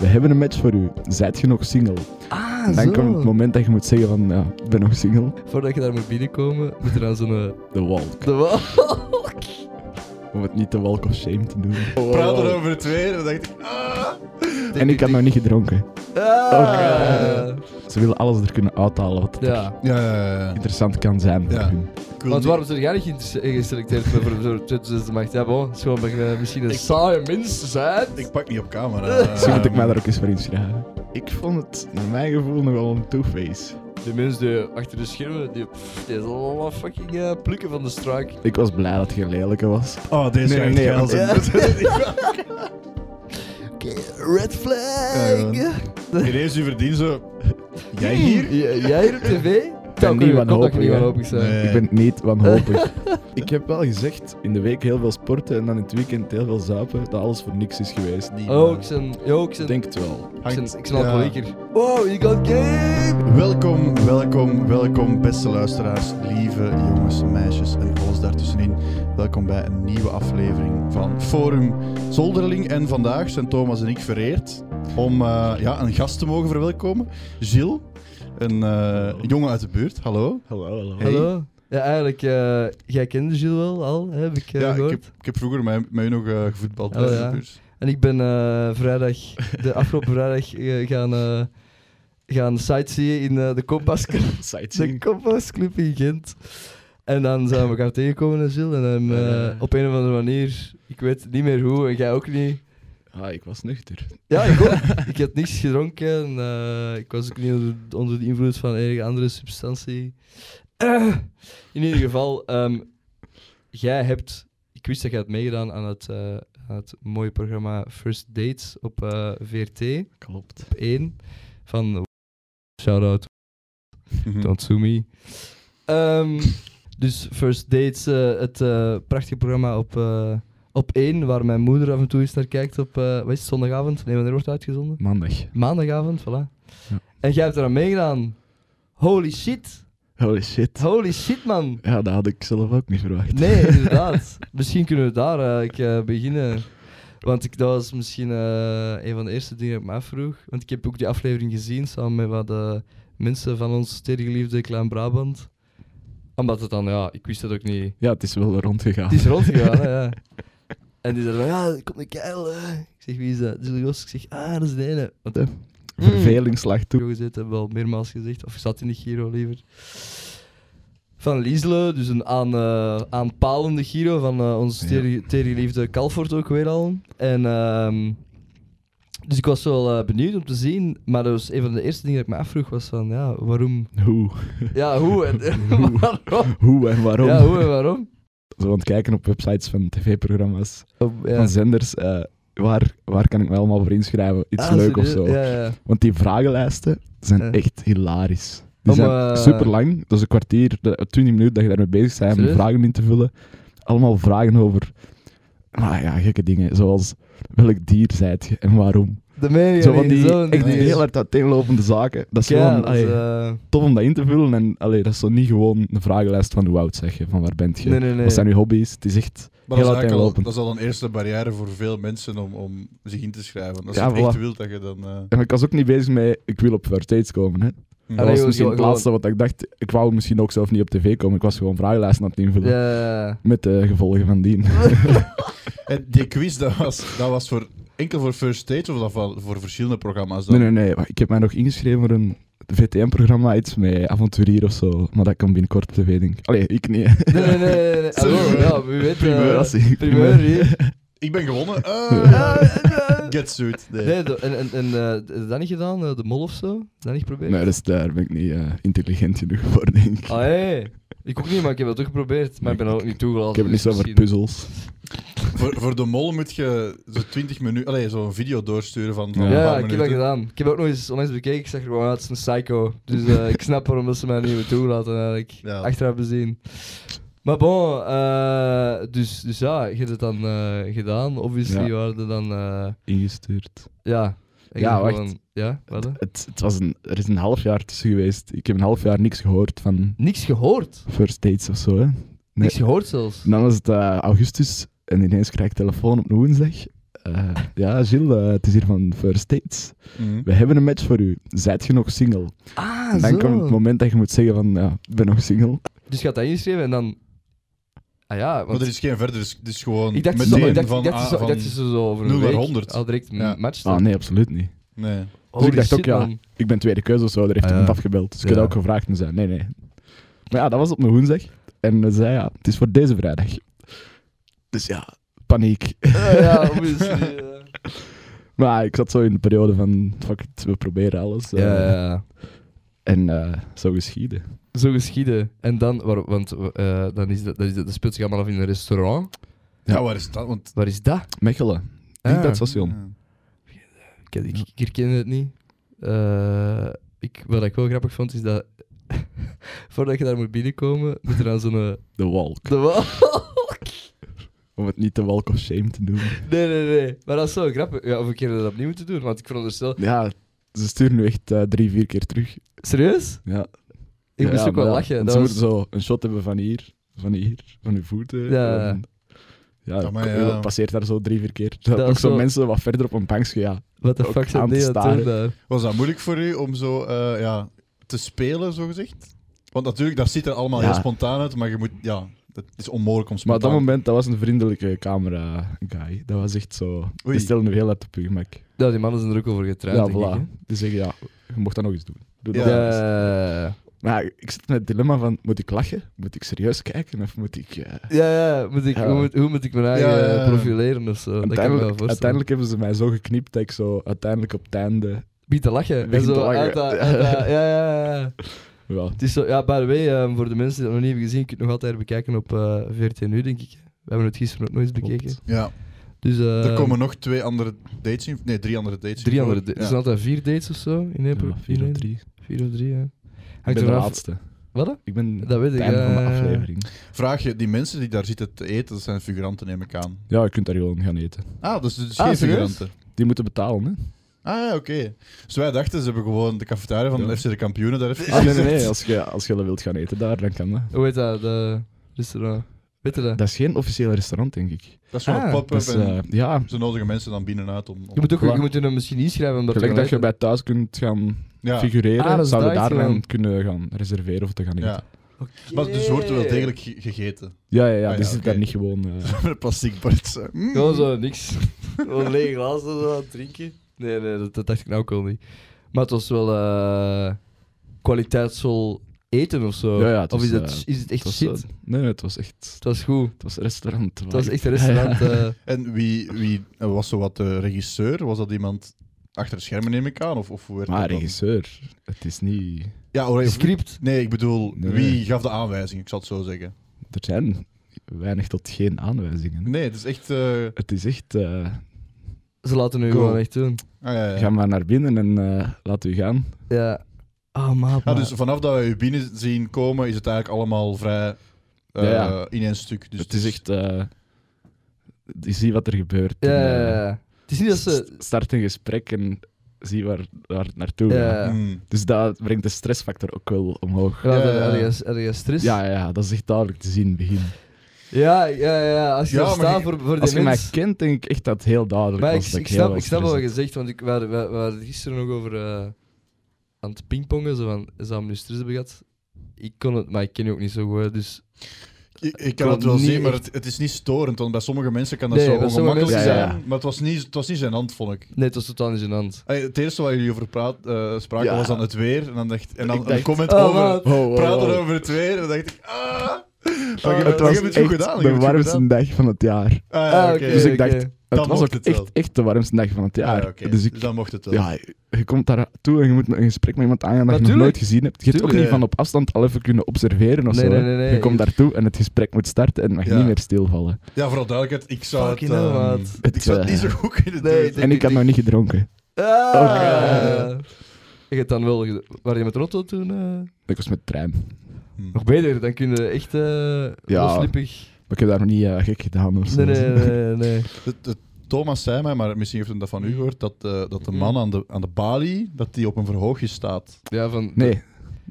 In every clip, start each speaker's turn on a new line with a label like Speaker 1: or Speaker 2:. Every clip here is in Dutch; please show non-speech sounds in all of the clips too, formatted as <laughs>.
Speaker 1: we hebben een match voor u. Zijt je nog single?
Speaker 2: Ah,
Speaker 1: Dan
Speaker 2: zo.
Speaker 1: komt het moment dat je moet zeggen van, ja, ik ben nog single.
Speaker 2: Voordat je daar moet binnenkomen, moet er dan zo'n... eh,
Speaker 1: De walk.
Speaker 2: <laughs> De wal.
Speaker 1: Om het niet de walk of shame te doen.
Speaker 2: Praat erover.
Speaker 3: over het weer, dan dacht ik... ah.
Speaker 1: En ik had nog niet Oh, gedronken.
Speaker 2: Ah.
Speaker 1: Ze willen alles er kunnen uithalen wat
Speaker 2: Ja.
Speaker 3: Ja, ja, ja.
Speaker 1: interessant kan zijn voor
Speaker 3: Ja.
Speaker 1: hun.
Speaker 3: Cool.
Speaker 2: Want waarom zijn jij niet geïnter- geselecteerd voor- voor voor 2006 de macht? Ja, bon, het is gewoon omdat je eh, misschien een saaie mens bent.
Speaker 3: Ik pak niet op camera.
Speaker 1: <laughs> Misschien moet ik mij daar ook eens voor inschrijven. Ik vond het, naar mijn gevoel, nogal een two-face.
Speaker 2: De mensen die achter de schermen, die, pff, die zijn allemaal fucking eh, plukken van de struik.
Speaker 1: Ik was blij dat je lelijke was.
Speaker 3: Oh, deze
Speaker 1: Nee,
Speaker 3: nee,
Speaker 1: nee,
Speaker 3: geil zijn.
Speaker 2: Oké, red flag!
Speaker 3: Ja, <laughs> Ineens, u verdient zo... Jij hier?
Speaker 2: J- jij hier op tv?
Speaker 1: ben niet wanhopig,
Speaker 2: Ik niet
Speaker 1: hè.
Speaker 2: wanhopig zijn.
Speaker 3: Nee.
Speaker 1: Ik ben niet wanhopig. Eh. <laughs> ik heb wel gezegd, in de week heel veel sporten en dan in het weekend heel veel zuipen, dat alles voor niks is geweest.
Speaker 3: Niet,
Speaker 2: Oh,
Speaker 3: maar-
Speaker 2: ik ben... Yo, ik
Speaker 1: Ik
Speaker 2: ben...
Speaker 1: denk het wel.
Speaker 2: Ik ben,
Speaker 3: Hangt-
Speaker 2: ik ben
Speaker 3: ja.
Speaker 2: alcoholieker. Wow, you got game!
Speaker 3: Welkom, welkom, welkom, beste luisteraars, lieve jongens, meisjes en alles daartussenin. Welkom bij een nieuwe aflevering van Forum Zolderling. En vandaag zijn Thomas en ik vereerd om eh, ja, een gast te mogen verwelkomen. Gilles, een eh, jongen uit de buurt. Hallo.
Speaker 1: Hallo, hallo.
Speaker 3: Hey.
Speaker 2: Hallo? Ja, eigenlijk, eh, jij kende Gilles wel al, hè, heb ik eh,
Speaker 3: ja, ik
Speaker 2: gehoord.
Speaker 3: heb, ik heb vroeger met, met u nog eh, gevoetbald
Speaker 2: Oh,
Speaker 3: uit
Speaker 2: ja.
Speaker 3: de buurt.
Speaker 2: En ik ben eh, vrijdag, de
Speaker 3: <laughs>
Speaker 2: afgelopen vrijdag, eh, gaan, eh gaan sightseeën in eh, de Kompas De
Speaker 3: <laughs>
Speaker 1: Sightseeing.
Speaker 2: Kompas Club in Gent. En dan zijn we elkaar tegengekomen, en Gilles. En hem, eh,
Speaker 1: Eh.
Speaker 2: op een of andere manier, ik weet niet meer hoe, en jij ook niet.
Speaker 1: Ah, ik was nuchter.
Speaker 2: Ja, ik ook. ik had niks gedronken. En, eh, ik was ook niet onder, onder de invloed van enige andere substantie. Eh, in ieder geval, ehm, jij hebt... Ik wist dat jij had meegedaan aan het, eh, aan het mooie programma First Dates op eh, VRT,
Speaker 1: Klopt.
Speaker 2: op 1. Van... Shout-out,
Speaker 3: <laughs>
Speaker 2: don't sue me. Ehm, dus First Dates, eh, het eh, prachtige programma op... eh, op 1, waar mijn moeder af en toe eens naar kijkt op... eh, wat is het, zondagavond? Nee, wanneer wordt het uitgezonden?
Speaker 1: Maandag.
Speaker 2: Maandagavond, voilà.
Speaker 1: Ja.
Speaker 2: En jij hebt eraan meegedaan. Holy shit.
Speaker 1: Holy shit.
Speaker 2: Holy shit, man.
Speaker 1: Ja, dat had ik zelf ook niet verwacht. <laughs>
Speaker 2: Nee, inderdaad. misschien kunnen we daar eigenlijk eh, beginnen. Want ik, dat was misschien eh, een van de eerste dingen die ik me afvroeg. Want ik heb ook die aflevering gezien samen met wat eh, mensen van ons stergeliefde Klein Brabant. Omdat het dan, ja, ik wist dat ook niet.
Speaker 1: Ja, het is wel rondgegaan.
Speaker 2: Het is
Speaker 1: <laughs>
Speaker 2: rondgegaan, hè, ja. En die zeiden van, ja, kom een keil. hè." Ik zeg, wie is dat? Jules Jos. Ik zeg, ah, dat is de ene. Want
Speaker 1: Vervelingsslag toe.
Speaker 2: Giro gezet, hebben we al meermaals gezegd. Of zat in de Giro liever. Van Liesle, dus een aan, eh, aanpalende Giro van eh, onze
Speaker 3: Ja.
Speaker 2: teri- terieliefde Calfort ook weer al. En, ehm, dus ik was wel eh, benieuwd om te zien, maar dat was een van de eerste dingen dat ik me afvroeg was van, ja,
Speaker 1: <laughs>
Speaker 2: waarom?
Speaker 1: Hoe?
Speaker 2: Ja, hoe en
Speaker 1: Hoe?
Speaker 2: <laughs> waarom?
Speaker 1: Hoe en waarom?
Speaker 2: Ja, hoe en waarom?
Speaker 1: Zo aan het kijken op websites van tv-programma's,
Speaker 2: Op- ja.
Speaker 1: van zenders. eh, waar, waar kan ik me allemaal voor inschrijven? Iets
Speaker 2: Ah,
Speaker 1: leuk of zo.
Speaker 2: serieus? Ja, ja.
Speaker 1: Want die vragenlijsten zijn
Speaker 2: Ja.
Speaker 1: echt hilarisch. Die
Speaker 2: Om,
Speaker 1: zijn
Speaker 2: eh,
Speaker 1: super lang. Dat is een kwartier, de- 20 minuten dat je daarmee bezig bent om
Speaker 2: Serieus?
Speaker 1: vragen in te vullen. Allemaal vragen over nou ja, gekke dingen. Zoals welk dier zijt je en waarom?
Speaker 2: De meningen,
Speaker 1: zo van die
Speaker 2: zo'n
Speaker 1: echt
Speaker 2: ding.
Speaker 1: heel hard uiteenlopende zaken. Dat is
Speaker 2: Ja,
Speaker 1: gewoon
Speaker 2: dat is,
Speaker 1: allee,
Speaker 2: eh,
Speaker 1: tof om dat in te vullen. En allee, dat is zo niet gewoon een vragenlijst van hoe oud zeg je, van waar bent je,
Speaker 2: nee, nee, nee.
Speaker 1: wat zijn je hobby's. Het is echt
Speaker 3: Maar dat
Speaker 1: Heel
Speaker 3: is, eigenlijk al,
Speaker 1: uiteenlopend.
Speaker 3: dat is al een eerste barrière voor veel mensen om, om zich in te schrijven. Als
Speaker 1: Ja,
Speaker 3: je het echt
Speaker 1: voilà.
Speaker 3: wilt, dat je dan... eh,
Speaker 1: En ik was ook niet bezig met, ik wil op First Dates komen. Hè.
Speaker 3: mm.
Speaker 1: Dat
Speaker 2: Allee,
Speaker 1: was
Speaker 2: joh,
Speaker 1: misschien
Speaker 2: zo-
Speaker 1: het laatste wat ik dacht. Ik wou misschien ook zelf niet op tv komen. Ik was gewoon vragenlijsten aan het invullen.
Speaker 2: Ja.
Speaker 1: Met de gevolgen van dien.
Speaker 3: En die quiz, dat was, dat was voor, enkel voor First State of dat voor, voor verschillende programma's?
Speaker 1: <laughs>
Speaker 3: Dan?
Speaker 1: Nee, nee, nee. maar Ik heb mij nog ingeschreven voor een VTM-programma, iets met avonturier of zo. Maar dat kan binnenkort op tv, denk ik. Allee, ik niet. <laughs>
Speaker 2: Nee, nee, nee. nee, nee.
Speaker 3: Sorry.
Speaker 2: Hallo, ja, wie weet. eh,
Speaker 1: Primeur, als ik-
Speaker 2: primeur
Speaker 1: <laughs>
Speaker 2: hier.
Speaker 3: Ik ben gewonnen.
Speaker 2: <laughs> Eh,
Speaker 3: Eh,
Speaker 2: eh,
Speaker 3: get suit. Nee.
Speaker 2: Nee, do- en, en, en eh, dat niet gedaan? eh, de mol of zo? Dat niet geprobeerd?
Speaker 1: Nee, dus daar ben ik niet eh, intelligent genoeg voor, denk ik.
Speaker 2: Ah, hé. Ik ook niet, maar ik heb dat toch geprobeerd. Maar ik ben er ook niet toegelaten.
Speaker 1: Ik heb het niet zo
Speaker 2: dus
Speaker 1: over
Speaker 2: misschien-
Speaker 1: puzzels.
Speaker 3: Voor, voor de mol moet je zo'n 20 minuten, allee, zo'n video doorsturen van, van
Speaker 1: Ja,
Speaker 3: een
Speaker 2: Ja,
Speaker 3: paar
Speaker 2: ja, ik heb dat
Speaker 3: minuten.
Speaker 2: gedaan. Ik heb ook nog eens onlangs bekeken. Ik zag er gewoon uit, het is een psycho. Dus eh, ik snap waarom dat ze mij niet hebben toegelaten eigenlijk.
Speaker 3: Ja.
Speaker 2: Achteraf bezien. Maar bon, eh, dus, dus ja, je hebt het dan eh, gedaan. Obviously
Speaker 1: Ja.
Speaker 2: waren er dan... eh,
Speaker 1: Ingestuurd.
Speaker 2: ja. Ik
Speaker 1: Ja,
Speaker 2: dacht
Speaker 1: wacht.
Speaker 2: gewoon- ja, wat? hè?
Speaker 1: Het, het was een, er is een half jaar tussen geweest. Ik heb een half jaar niks gehoord van
Speaker 2: Niks gehoord.
Speaker 1: First Dates of zo. Hè. Nee.
Speaker 2: Niks gehoord zelfs.
Speaker 1: En dan was het eh, augustus en ineens krijg ik telefoon op een woensdag. Eh, eh, <laughs> ja, Gilles, eh, het is hier van First Dates.
Speaker 3: Mhm.
Speaker 1: We hebben een match voor u. Zijt je nog single?
Speaker 2: Ah,
Speaker 1: Dan komt het moment dat je moet zeggen van, ja, ik ben nog single. Ah,
Speaker 2: Dus je had dat ingeschreven en dan... Ah ja,
Speaker 3: Maar
Speaker 2: want
Speaker 3: er is geen verder, dus, dus gewoon
Speaker 2: ik dacht,
Speaker 3: meteen
Speaker 2: zo, ik dacht,
Speaker 3: van...
Speaker 2: ik dacht
Speaker 3: ah,
Speaker 2: zo,
Speaker 3: van-
Speaker 2: ik dacht zo, zo over een
Speaker 3: nul naar
Speaker 2: week
Speaker 3: 100.
Speaker 2: al direct een
Speaker 3: Ja.
Speaker 2: match.
Speaker 1: Ah, nee, absoluut niet.
Speaker 3: Nee.
Speaker 1: Dus ik dacht ook, ja, ik ben tweede keuze of zo, daar heeft
Speaker 2: Ah,
Speaker 1: iemand
Speaker 2: ja.
Speaker 1: afgebeld. Dus ik
Speaker 2: Ja.
Speaker 1: had ook gevraagd en zei, nee, nee. Maar ja, dat was op een woensdag. En hij zei, ja, het is voor deze vrijdag. Dus ja, paniek.
Speaker 2: <laughs> ja, obviously, ja.
Speaker 1: <laughs> Maar ik zat zo in de periode van, fuck it, we proberen alles. eh.
Speaker 2: Ja, ja, ja.
Speaker 1: En eh, zo geschieden.
Speaker 2: Zo geschieden. En dan, waar, want eh, dan is dat, dat, is dat, dat speelt zich allemaal af in een restaurant.
Speaker 3: Ja.
Speaker 1: Ja.
Speaker 3: waar is dat? Want...
Speaker 2: Waar is dat?
Speaker 1: Mechelen,
Speaker 2: Ah.
Speaker 1: niet dat station.
Speaker 2: Ik, ik, ik herken het niet. Eh, ik, wat ik wel grappig vond, is dat... <laughs> voordat je daar moet binnenkomen, moet er aan zo'n... eh,
Speaker 1: <laughs> De Walk.
Speaker 2: De wal.
Speaker 1: Om het niet de Walk of Shame te doen.
Speaker 2: Nee, nee, nee. Maar dat is zo grappig. Ja, of een keer dat opnieuw moeten doen, want ik veronderstel...
Speaker 1: Ja, ze sturen nu echt eh, drie, vier keer terug.
Speaker 2: Serieus?
Speaker 1: Ja.
Speaker 2: Ik moest
Speaker 1: Ja,
Speaker 2: ook
Speaker 1: maar
Speaker 2: wel
Speaker 1: ja,
Speaker 2: lachen.
Speaker 1: want
Speaker 2: Dat
Speaker 1: ze
Speaker 2: was...
Speaker 1: moeten zo een shot hebben van hier, van hier, van uw voeten.
Speaker 2: Ja.
Speaker 1: En, ja,
Speaker 3: Ja, maar
Speaker 1: ko-
Speaker 3: ja.
Speaker 1: passeert daar zo drie, vier keer. Dat
Speaker 2: was
Speaker 1: ook zo
Speaker 2: zo-
Speaker 1: mensen wat verder op een bankje, ja.
Speaker 2: Wat de
Speaker 1: ook
Speaker 2: fuck zijn
Speaker 1: aan te
Speaker 2: die aan het doen daar?
Speaker 3: Was dat moeilijk voor u om zo eh, ja, te spelen, zogezegd? Want natuurlijk, dat ziet er allemaal
Speaker 1: Ja.
Speaker 3: heel spontaan uit, maar je moet... Ja, het is onmogelijk om
Speaker 1: Maar op
Speaker 3: spontaan...
Speaker 1: dat moment, dat was een vriendelijke camera-guy. Dat was echt zo...
Speaker 3: Oei.
Speaker 1: Die stelde nu heel hard op je gemak.
Speaker 2: Ja, die mannen zijn er ook over getraind,
Speaker 1: Ja,
Speaker 2: denk ik,
Speaker 1: voilà. Die zeggen, Dus ja, je mocht dat nog eens doen. Doe
Speaker 2: hè.
Speaker 1: dat
Speaker 3: Ja.
Speaker 1: nog eens.
Speaker 2: Ja.
Speaker 1: Maar ja, ik zit met het dilemma van, moet ik lachen? Moet ik serieus kijken? Of moet ik... eh,
Speaker 2: Ja, ja, moet ik,
Speaker 1: Ja.
Speaker 2: Hoe, moet, hoe moet ik mijn eigen
Speaker 3: Ja, ja, ja.
Speaker 2: profileren of zo? Dat kan ik me wel
Speaker 1: uiteindelijk,
Speaker 2: voorstellen.
Speaker 1: uiteindelijk hebben ze mij zo geknipt dat ik zo uiteindelijk op het einde...
Speaker 2: Begin te lachen.
Speaker 1: Begin
Speaker 2: En zo
Speaker 1: te lachen.
Speaker 2: uit dat- uit
Speaker 1: <laughs>
Speaker 2: dat- ja, ja, ja.
Speaker 1: Ja,
Speaker 2: Het is zo, ja, by the way, ehm, voor de mensen die dat nog niet hebben gezien, je kunt het nog altijd bekijken op eh, VRT nu, denk ik. We hebben het gisteren ook nog eens
Speaker 1: Klopt.
Speaker 2: bekeken.
Speaker 3: Ja,
Speaker 2: Dus, eh,
Speaker 3: er komen nog twee andere dates in... Nee, drie andere dates in
Speaker 2: drie andere
Speaker 3: voor.
Speaker 2: dates. Er
Speaker 3: Ja.
Speaker 2: zijn altijd vier dates of zo in één
Speaker 1: ja,
Speaker 2: pro-
Speaker 1: vier
Speaker 2: in één-
Speaker 1: of drie.
Speaker 2: Vier of drie, ja.
Speaker 1: Ik
Speaker 2: Hangt
Speaker 1: ben de
Speaker 2: ervan af-
Speaker 1: laatste.
Speaker 2: Wat? hè?
Speaker 1: Ik ben
Speaker 2: Dat weet
Speaker 1: het
Speaker 2: ik.
Speaker 1: einde van de
Speaker 2: eh,
Speaker 1: aflevering.
Speaker 3: Vraag je, die mensen die daar zitten te eten, dat zijn figuranten, neem ik aan.
Speaker 1: Ja, je kunt daar gewoon gaan eten.
Speaker 3: Ah, dus, dus
Speaker 2: Ah,
Speaker 3: geen
Speaker 2: serieus?
Speaker 3: figuranten.
Speaker 1: Die moeten betalen, hè?
Speaker 3: Ah, ja, oké. Dus wij dachten, ze hebben gewoon de cafetaria van
Speaker 1: Ja.
Speaker 3: de FC de Kampioenen daar even
Speaker 1: Ah, nee, nee,
Speaker 3: gezet.
Speaker 1: nee. Als je, als je wilt gaan eten daar, dan kan dat.
Speaker 2: Hoe heet dat? De restaurant. Weet je dat?
Speaker 1: Dat is geen officieel restaurant, denk ik.
Speaker 3: Dat is gewoon
Speaker 2: Ah,
Speaker 3: een pop-up
Speaker 1: Dat is,
Speaker 3: en
Speaker 1: eh, ja,
Speaker 3: ze nodigen mensen dan binnenuit om... om-
Speaker 2: Je moet, ook, je
Speaker 1: Voilà.
Speaker 2: moet je hem misschien inschrijven. Omdat
Speaker 1: gelijk dat je bij thuis kunt gaan
Speaker 3: ja.
Speaker 1: figureren,
Speaker 2: Ah, dat is
Speaker 1: zouden
Speaker 2: dat
Speaker 1: daar
Speaker 2: gewoon.
Speaker 1: dan kunnen gaan reserveren of te gaan eten.
Speaker 3: ja. Maar dus wordt er wel degelijk ge-
Speaker 1: <laughs>
Speaker 3: gegeten.
Speaker 1: Ja, ja, ja.
Speaker 3: Ah,
Speaker 1: die
Speaker 3: ja,
Speaker 1: zit
Speaker 3: oké.
Speaker 1: daar niet gewoon... eh,
Speaker 3: Met een plastic bord. zo. Mm.
Speaker 2: Gewoon zo Hm. niks. Gewoon leeg glas en zo aan het drinken. Nee, nee, dat, dat dacht ik nou ook al niet. Maar het was wel eh, kwaliteitsvol eten of zo.
Speaker 1: Ja, ja, het
Speaker 2: of is,
Speaker 1: was,
Speaker 2: dat,
Speaker 1: eh,
Speaker 2: is het
Speaker 1: het
Speaker 2: echt
Speaker 1: was,
Speaker 2: shit?
Speaker 1: eh, nee, nee, het was echt...
Speaker 2: het was goed.
Speaker 1: Het was een restaurant.
Speaker 2: Het was echt een
Speaker 1: <laughs>
Speaker 2: restaurant. eh.
Speaker 3: En wie, wie eh, was zo wat de regisseur? Was dat iemand achter de schermen, neem ik aan? Of, of hoe werd
Speaker 1: Maar
Speaker 3: dat dan?
Speaker 1: regisseur, het is niet...
Speaker 3: Ja, oh, hoor, even-
Speaker 2: script.
Speaker 3: Nee, ik bedoel,
Speaker 1: Nee.
Speaker 3: wie gaf de aanwijzing? Ik zal het zo zeggen.
Speaker 1: Er zijn weinig tot geen aanwijzingen.
Speaker 3: Nee, het is echt... eh,
Speaker 1: Het is echt... eh,
Speaker 2: Ze laten nu
Speaker 3: Go.
Speaker 2: gewoon echt doen.
Speaker 3: ah, ja, Dus ja.
Speaker 1: Ga maar naar binnen en eh laat u gaan.
Speaker 2: Ja. Ah, maar,
Speaker 3: Ja,
Speaker 2: maar-
Speaker 3: dus vanaf dat we u binnen zien komen, is het eigenlijk allemaal vrij eh,
Speaker 1: Ja, ja.
Speaker 3: in één stuk. Dus
Speaker 1: het is echt. eh zie wat er gebeurt.
Speaker 2: ja,
Speaker 1: En,
Speaker 2: ja,
Speaker 1: eh,
Speaker 2: ja. Het is eh, niet dat
Speaker 1: s-
Speaker 2: ze...
Speaker 1: Start een gesprek en zie waar, waar het naartoe gaat.
Speaker 2: Ja.
Speaker 3: Mm.
Speaker 1: Dus dat brengt de stressfactor ook wel omhoog.
Speaker 2: Ja, dus-
Speaker 3: Ja, ja.
Speaker 2: ergens, ergens stress.
Speaker 1: Ja, ja, dat is echt duidelijk te zien in het begin.
Speaker 2: ja, ja, ja. Als je
Speaker 3: Ja,
Speaker 2: daar
Speaker 3: maar
Speaker 2: staat
Speaker 3: je-
Speaker 2: voor, voor
Speaker 1: Als
Speaker 2: die
Speaker 1: je mij
Speaker 2: mens...
Speaker 1: kent, denk ik echt dat het heel duidelijk
Speaker 2: Maar ik,
Speaker 1: was. dat
Speaker 2: ik
Speaker 1: heel
Speaker 2: snap,
Speaker 1: veel
Speaker 2: ik snap wat je
Speaker 1: stress
Speaker 2: gezegd, want ik, we, hadden- we, we hadden het gisteren nog over eh, aan het pingpongen. Zo van, zou hem nu stress hebben gehad? Ik kon het, maar ik ken je ook niet zo goed. hè, Dus
Speaker 3: Ik, ik
Speaker 2: kon
Speaker 3: kan het wel
Speaker 2: niet
Speaker 3: zien, maar
Speaker 2: echt-
Speaker 3: het, het is niet storend. Want bij sommige mensen kan dat
Speaker 2: Nee,
Speaker 3: zo
Speaker 2: bij sommige
Speaker 3: ongemakkelijk
Speaker 1: mensen-
Speaker 3: zijn.
Speaker 1: Ja, ja.
Speaker 3: Maar het was niet, het was niet zijn hand, vond ik.
Speaker 2: nee, het was totaal niet gênant.
Speaker 3: Hey, het eerste waar jullie over praat, eh, spraken
Speaker 1: Ja.
Speaker 3: was dan het weer. En dan, dacht, en dan
Speaker 1: Ik
Speaker 3: een
Speaker 1: dacht-
Speaker 3: comment
Speaker 2: Oh,
Speaker 3: over.
Speaker 2: wat?
Speaker 1: was. Wow, wow,
Speaker 3: Praten
Speaker 1: wow.
Speaker 3: over het weer. En dan dacht ik. Ah! Maar
Speaker 2: Oh,
Speaker 3: je,
Speaker 1: Het
Speaker 3: je
Speaker 1: was
Speaker 3: hebt het
Speaker 1: echt
Speaker 3: goed gedaan. je
Speaker 1: de
Speaker 3: hebt het goed
Speaker 1: warmste dag van het jaar.
Speaker 3: gedaan. Ah, ja,
Speaker 2: Ah,
Speaker 3: oké.
Speaker 2: oké.
Speaker 1: Dus ik
Speaker 2: oké.
Speaker 1: dacht, het
Speaker 3: Dan
Speaker 1: was ook
Speaker 3: mocht het wel.
Speaker 1: echt, echt de warmste dag van het
Speaker 3: Ah,
Speaker 1: jaar.
Speaker 3: ja, oké.
Speaker 1: Dus ik,
Speaker 3: dan mocht het wel.
Speaker 1: ja, je komt daar toe en je moet een gesprek met iemand aangaan dat je nog
Speaker 2: Natuurlijk.
Speaker 1: nooit gezien hebt. Je hebt ook
Speaker 2: Tuurlijk.
Speaker 1: niet van op afstand al even kunnen observeren of
Speaker 2: Nee,
Speaker 1: zo. hè.
Speaker 2: nee, nee, nee.
Speaker 1: Je komt daartoe en het gesprek moet starten en het mag
Speaker 3: Ja.
Speaker 1: niet meer stilvallen.
Speaker 3: Ja, vooral duidelijkheid. Ik zou het,
Speaker 2: Fucking hell,
Speaker 3: ehm,
Speaker 2: maat.
Speaker 3: ik zou het
Speaker 1: eh,
Speaker 3: niet zo goed kunnen
Speaker 2: Nee,
Speaker 3: doen.
Speaker 2: dit-
Speaker 1: En ik had nog niet gedronken.
Speaker 2: Ah!
Speaker 3: Oh,
Speaker 1: Oké.
Speaker 2: Je hebt dan wel... ge- Waar je met de auto toen? eh,
Speaker 1: Ik was met de trein.
Speaker 3: Hm.
Speaker 2: nog beter, dan kun je echt eh
Speaker 1: Ja.
Speaker 2: loslippig...
Speaker 1: Maar ik heb daar nog niet eh, gek gedaan of zo.
Speaker 2: Nee, nee, nee, nee. nee.
Speaker 3: Het- het- Thomas zei mij, maar misschien heeft hij dat van
Speaker 2: Mm.
Speaker 3: u gehoord, dat, eh, dat de man aan de, aan de balie, dat die op een verhoogje staat.
Speaker 2: Ja, van...
Speaker 1: Nee, Die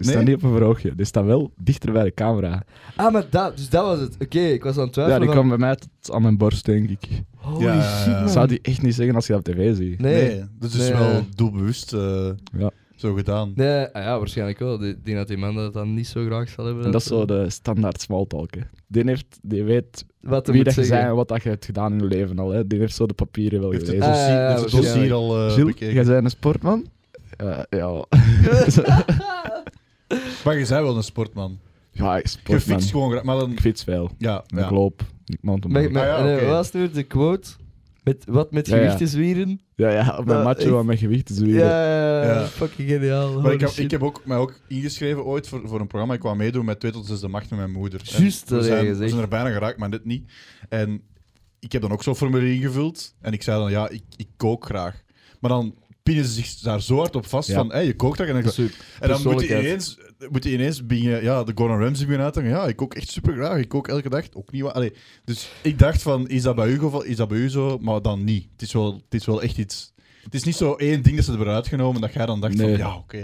Speaker 3: Nee?
Speaker 1: staat niet op een verhoogje. Die staat wel dichter bij de camera.
Speaker 2: Ah, maar dat, dus dat was het. Oké, ik was aan het
Speaker 1: Ja, die
Speaker 2: twijfelen. van-
Speaker 1: kwam bij mij tot aan mijn borst, denk ik.
Speaker 2: Holy
Speaker 3: Ja, ja,
Speaker 2: shit,
Speaker 3: ja.
Speaker 2: man.
Speaker 1: Zou die echt niet zeggen als je dat op tv ziet.
Speaker 2: Nee, nee.
Speaker 3: dat is
Speaker 2: Nee.
Speaker 3: wel doelbewust eh,
Speaker 1: Ja.
Speaker 3: zo gedaan.
Speaker 2: Ah, ja, waarschijnlijk wel. Die- Ik denk dat die man dat dan niet zo graag zal hebben.
Speaker 1: En dat is zo de standaard smalltalk. hè. Die, heeft, die weet
Speaker 2: Wat er
Speaker 1: wie
Speaker 2: moet
Speaker 1: dat je
Speaker 2: zeggen.
Speaker 1: bent en wat dat je hebt gedaan in je leven al. Hè. Die heeft zo de papieren wel
Speaker 3: Heeft
Speaker 1: gelezen.
Speaker 3: het
Speaker 2: Ah,
Speaker 3: dossier,
Speaker 2: ja,
Speaker 3: heeft het dossier
Speaker 2: waarschijnlijk.
Speaker 3: al eh,
Speaker 1: Oh, Gilles,
Speaker 3: bekeken.
Speaker 1: jij bent een sportman? Eh,
Speaker 3: <laughs>
Speaker 1: ja.
Speaker 3: Maar je bent wel een sportman.
Speaker 1: ja, ik
Speaker 3: Je
Speaker 1: sportman.
Speaker 3: fietst gewoon graag. Maar dan...
Speaker 1: Ik fiets veel.
Speaker 3: Ja,
Speaker 1: Ik
Speaker 3: ja.
Speaker 1: loop. Ik
Speaker 2: Met,
Speaker 1: mountainbike.
Speaker 2: met,
Speaker 3: Ah, ja,
Speaker 2: nee,
Speaker 3: oké.
Speaker 2: Wat was nu de quote? Met, wat met
Speaker 1: Ja, ja.
Speaker 2: gewicht is wieren?
Speaker 1: Ja, ja, op mijn
Speaker 2: Nou,
Speaker 1: macho
Speaker 2: ik-
Speaker 1: en mijn gewicht te
Speaker 2: Ja,
Speaker 1: zwieren.
Speaker 2: ja, ja,
Speaker 3: Ja.
Speaker 2: fucking geniaal.
Speaker 3: Maar ik
Speaker 2: Holy
Speaker 3: heb,
Speaker 2: shit.
Speaker 3: ik heb ook, mij ook ingeschreven ooit voor, voor een programma. Ik kwam meedoen met 2 tot 6 de macht met mijn moeder. En
Speaker 2: Juist, dat
Speaker 3: we,
Speaker 2: heb je
Speaker 3: zijn, we
Speaker 2: gezegd.
Speaker 3: zijn er bijna geraakt, maar net niet. En ik heb dan ook zo'n formulier ingevuld. En ik zei dan, ja, ik, ik kook graag. Maar dan pinnen ze zich daar zo hard op vast
Speaker 1: Ja.
Speaker 3: van, hé, je kookt graag. En dan,
Speaker 2: Dus je
Speaker 3: en dan moet je
Speaker 2: persoonlijkheid.
Speaker 3: ineens, moet je ineens beginnen, ja, de Gordon Ramsay beginnen uit te gaan. Ja, ik kook echt super graag. Ik kook elke dag. Ook niet wat. Allee, dus ik dacht van, is dat bij u geval, is dat bij u zo? Maar dan niet. Het is wel, het is wel echt iets. Het is niet zo één ding dat ze hebben uitgenomen dat jij dan dacht
Speaker 1: Nee.
Speaker 3: van, ja, oké.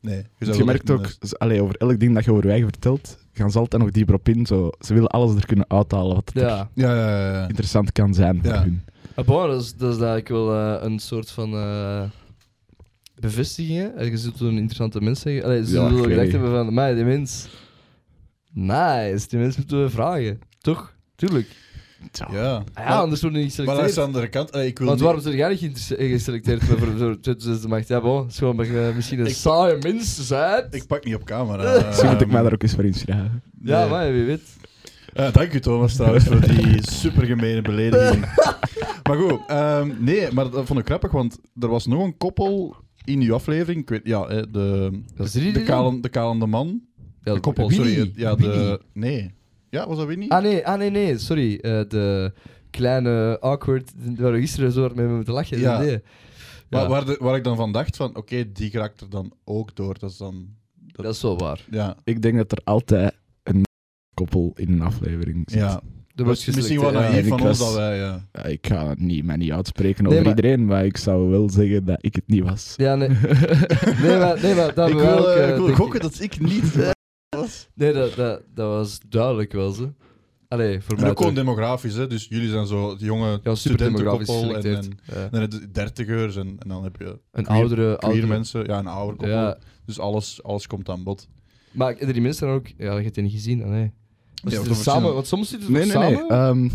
Speaker 3: Nee. Je, zou
Speaker 1: Want je
Speaker 3: wel
Speaker 1: merkt
Speaker 3: echt
Speaker 1: ook, z- allee, over elk ding dat je over wijgen vertelt, gaan ze altijd nog dieper op in. Zo. Ze willen alles er kunnen uithalen wat er
Speaker 2: Ja.
Speaker 3: Ja, ja, ja, ja.
Speaker 1: interessant kan zijn voor
Speaker 3: Ja.
Speaker 1: hun.
Speaker 2: Maar bon, dat is, dat is eigenlijk wel eh, een soort van eh bevestiging. hè. Je zult een interessante mens zeggen. Allee, ze
Speaker 1: Ja,
Speaker 2: zullen
Speaker 1: ik
Speaker 2: wel
Speaker 1: weet
Speaker 2: gedacht
Speaker 1: niet.
Speaker 2: hebben van, mij die mens... Nice, die mens moeten we vragen. Toch? Tuurlijk.
Speaker 1: Tja.
Speaker 2: Ah,
Speaker 3: Ja.
Speaker 2: ja,
Speaker 3: Maar-
Speaker 2: anders worden we niet
Speaker 3: maar aan
Speaker 2: geselecteerd.
Speaker 3: de andere kant, eh, ik wil
Speaker 2: Want
Speaker 3: niet-
Speaker 2: waarom zijn jij niet geïnteresse- eh, geselecteerd voor- voor voor 2006 macht? Ja, bon, het is gewoon omdat je eh, misschien een
Speaker 3: Ik-
Speaker 2: saaie mens bent.
Speaker 3: Ik pak niet op camera.
Speaker 1: Misschien moet ik
Speaker 3: Ehm,
Speaker 1: mij daar ook eens voor inschrijven.
Speaker 3: nee.
Speaker 2: ja, maar wie weet.
Speaker 3: Eh, dank u Thomas trouwens voor die <laughs> supergemene belediging. maar goed, ehm, nee, maar dat vond ik grappig, want er was nog een koppel in uw aflevering. Ik weet, ja, eh, de,
Speaker 2: Dat is drie
Speaker 3: de,
Speaker 2: die
Speaker 3: kalen, de kalende man.
Speaker 2: doen.
Speaker 3: de
Speaker 2: Ja,
Speaker 3: koppel,
Speaker 2: Willy.
Speaker 3: sorry. Ja,
Speaker 2: Willy.
Speaker 3: de, nee. Ja, was dat Winnie?
Speaker 2: Ah nee, ah nee, nee, sorry. Eh, de kleine awkward waar we gisteren zo hard mee moeten lachen.
Speaker 3: Ja.
Speaker 2: Ja. Nee.
Speaker 3: Maar
Speaker 2: Ja,
Speaker 3: Waar, de- waar ik dan van dacht van, oké, die raakt er dan ook door. Dat is dan...
Speaker 2: Dat is wel waar.
Speaker 3: Ja,
Speaker 1: Ik denk dat er altijd een koppel in een aflevering zit.
Speaker 3: ja.
Speaker 2: Dat wordt
Speaker 3: misschien wel
Speaker 1: ja.
Speaker 3: naïef
Speaker 1: Ik
Speaker 3: van
Speaker 1: was-
Speaker 3: ons dat wij... Ja.
Speaker 1: Ja, Ik ga het niet, mij niet uitspreken
Speaker 2: Nee,
Speaker 1: over
Speaker 2: maar-
Speaker 1: iedereen, maar ik zou wel zeggen dat ik het niet was.
Speaker 2: Ja, nee. <laughs> Nee, maar, nee, maar dat hebben
Speaker 3: ik
Speaker 2: wij
Speaker 3: wil,
Speaker 2: ook,
Speaker 3: eh,
Speaker 2: eh,
Speaker 3: ik wil
Speaker 2: denk
Speaker 3: gokken dat ik niet... eh, was.
Speaker 2: Nee, dat, dat, dat was duidelijk wel, ze. Allee, voor
Speaker 3: En
Speaker 2: mij
Speaker 3: ook gewoon
Speaker 2: toch.
Speaker 3: demografisch, hè. Dus jullie zijn zo het jonge
Speaker 2: Ja, super demografisch
Speaker 3: studentenkoppel en,
Speaker 2: geselecteerd.
Speaker 3: en,
Speaker 2: Ja.
Speaker 3: en de dertigers en, en dan heb je
Speaker 2: Een
Speaker 3: queer-
Speaker 2: oudere...
Speaker 3: queer
Speaker 2: oudere
Speaker 3: mensen. Ja, een ouder koppel.
Speaker 2: ja.
Speaker 3: Dus alles, alles komt aan bod.
Speaker 2: Maar die mensen dan ook... Ja, je hebt die niet gezien, dan, nee.
Speaker 3: Ja,
Speaker 2: Was
Speaker 3: wat
Speaker 2: het
Speaker 3: een
Speaker 2: samen,
Speaker 3: verschil.
Speaker 2: want soms zitten ze
Speaker 1: Nee,
Speaker 2: toch
Speaker 1: nee, nee.
Speaker 2: samen.
Speaker 1: Ehm,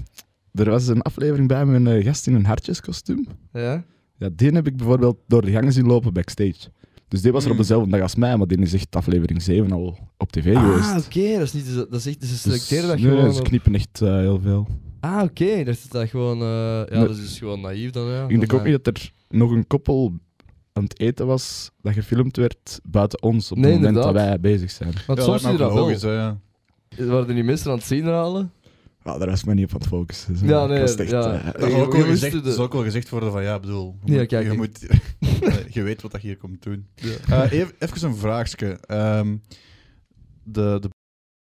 Speaker 1: er was een aflevering bij met een eh, gast in een hartjeskostuum.
Speaker 2: ja.
Speaker 1: Ja, die heb ik bijvoorbeeld door de gangen zien lopen backstage. Dus die was er op
Speaker 3: Hmm.
Speaker 1: dezelfde dag als mij, maar die is echt aflevering 7 al op tv geweest.
Speaker 2: Ah, oké, dat is niet... Dat is echt... Dus ze selecteren dat
Speaker 1: nee, nee,
Speaker 2: gewoon...
Speaker 1: ze
Speaker 2: op-
Speaker 1: knippen echt eh, heel veel.
Speaker 2: Ah, oké. Ik dacht dat dat gewoon... eh, ja,
Speaker 1: Nee.
Speaker 2: dat is dus gewoon naïef dan, ja.
Speaker 1: ik denk
Speaker 2: Dan,
Speaker 1: ook
Speaker 2: eh,
Speaker 1: niet Ah, dat er nog een koppel aan het eten was dat gefilmd werd buiten ons op
Speaker 2: Nee,
Speaker 1: het moment dat
Speaker 2: inderdaad.
Speaker 1: wij bezig zijn.
Speaker 2: Want
Speaker 3: Ja,
Speaker 2: soms
Speaker 3: lijkt
Speaker 2: zie je
Speaker 3: me
Speaker 2: dat
Speaker 3: ook
Speaker 2: wel.
Speaker 3: logisch, hè, ja.
Speaker 2: Waren er die mensen aan het zien halen?
Speaker 1: Nou, daar was ik me niet op aan het focussen. zo.
Speaker 2: Ja, nee,
Speaker 1: Ik was echt,
Speaker 2: ja.
Speaker 1: eh,
Speaker 3: Dat is
Speaker 2: Je-
Speaker 3: ook
Speaker 2: je
Speaker 3: wel
Speaker 2: wist
Speaker 3: gezegd-
Speaker 2: het,
Speaker 3: dat is ook wel gezegd worden van, ja, ik bedoel... je
Speaker 2: Ja,
Speaker 3: moet-
Speaker 2: kijk,
Speaker 3: je,
Speaker 2: ik-
Speaker 3: moet, <laughs> je weet wat dat hier komt doen.
Speaker 2: Ja.
Speaker 3: Eh, even, even een vraagje. Ehm, de, de...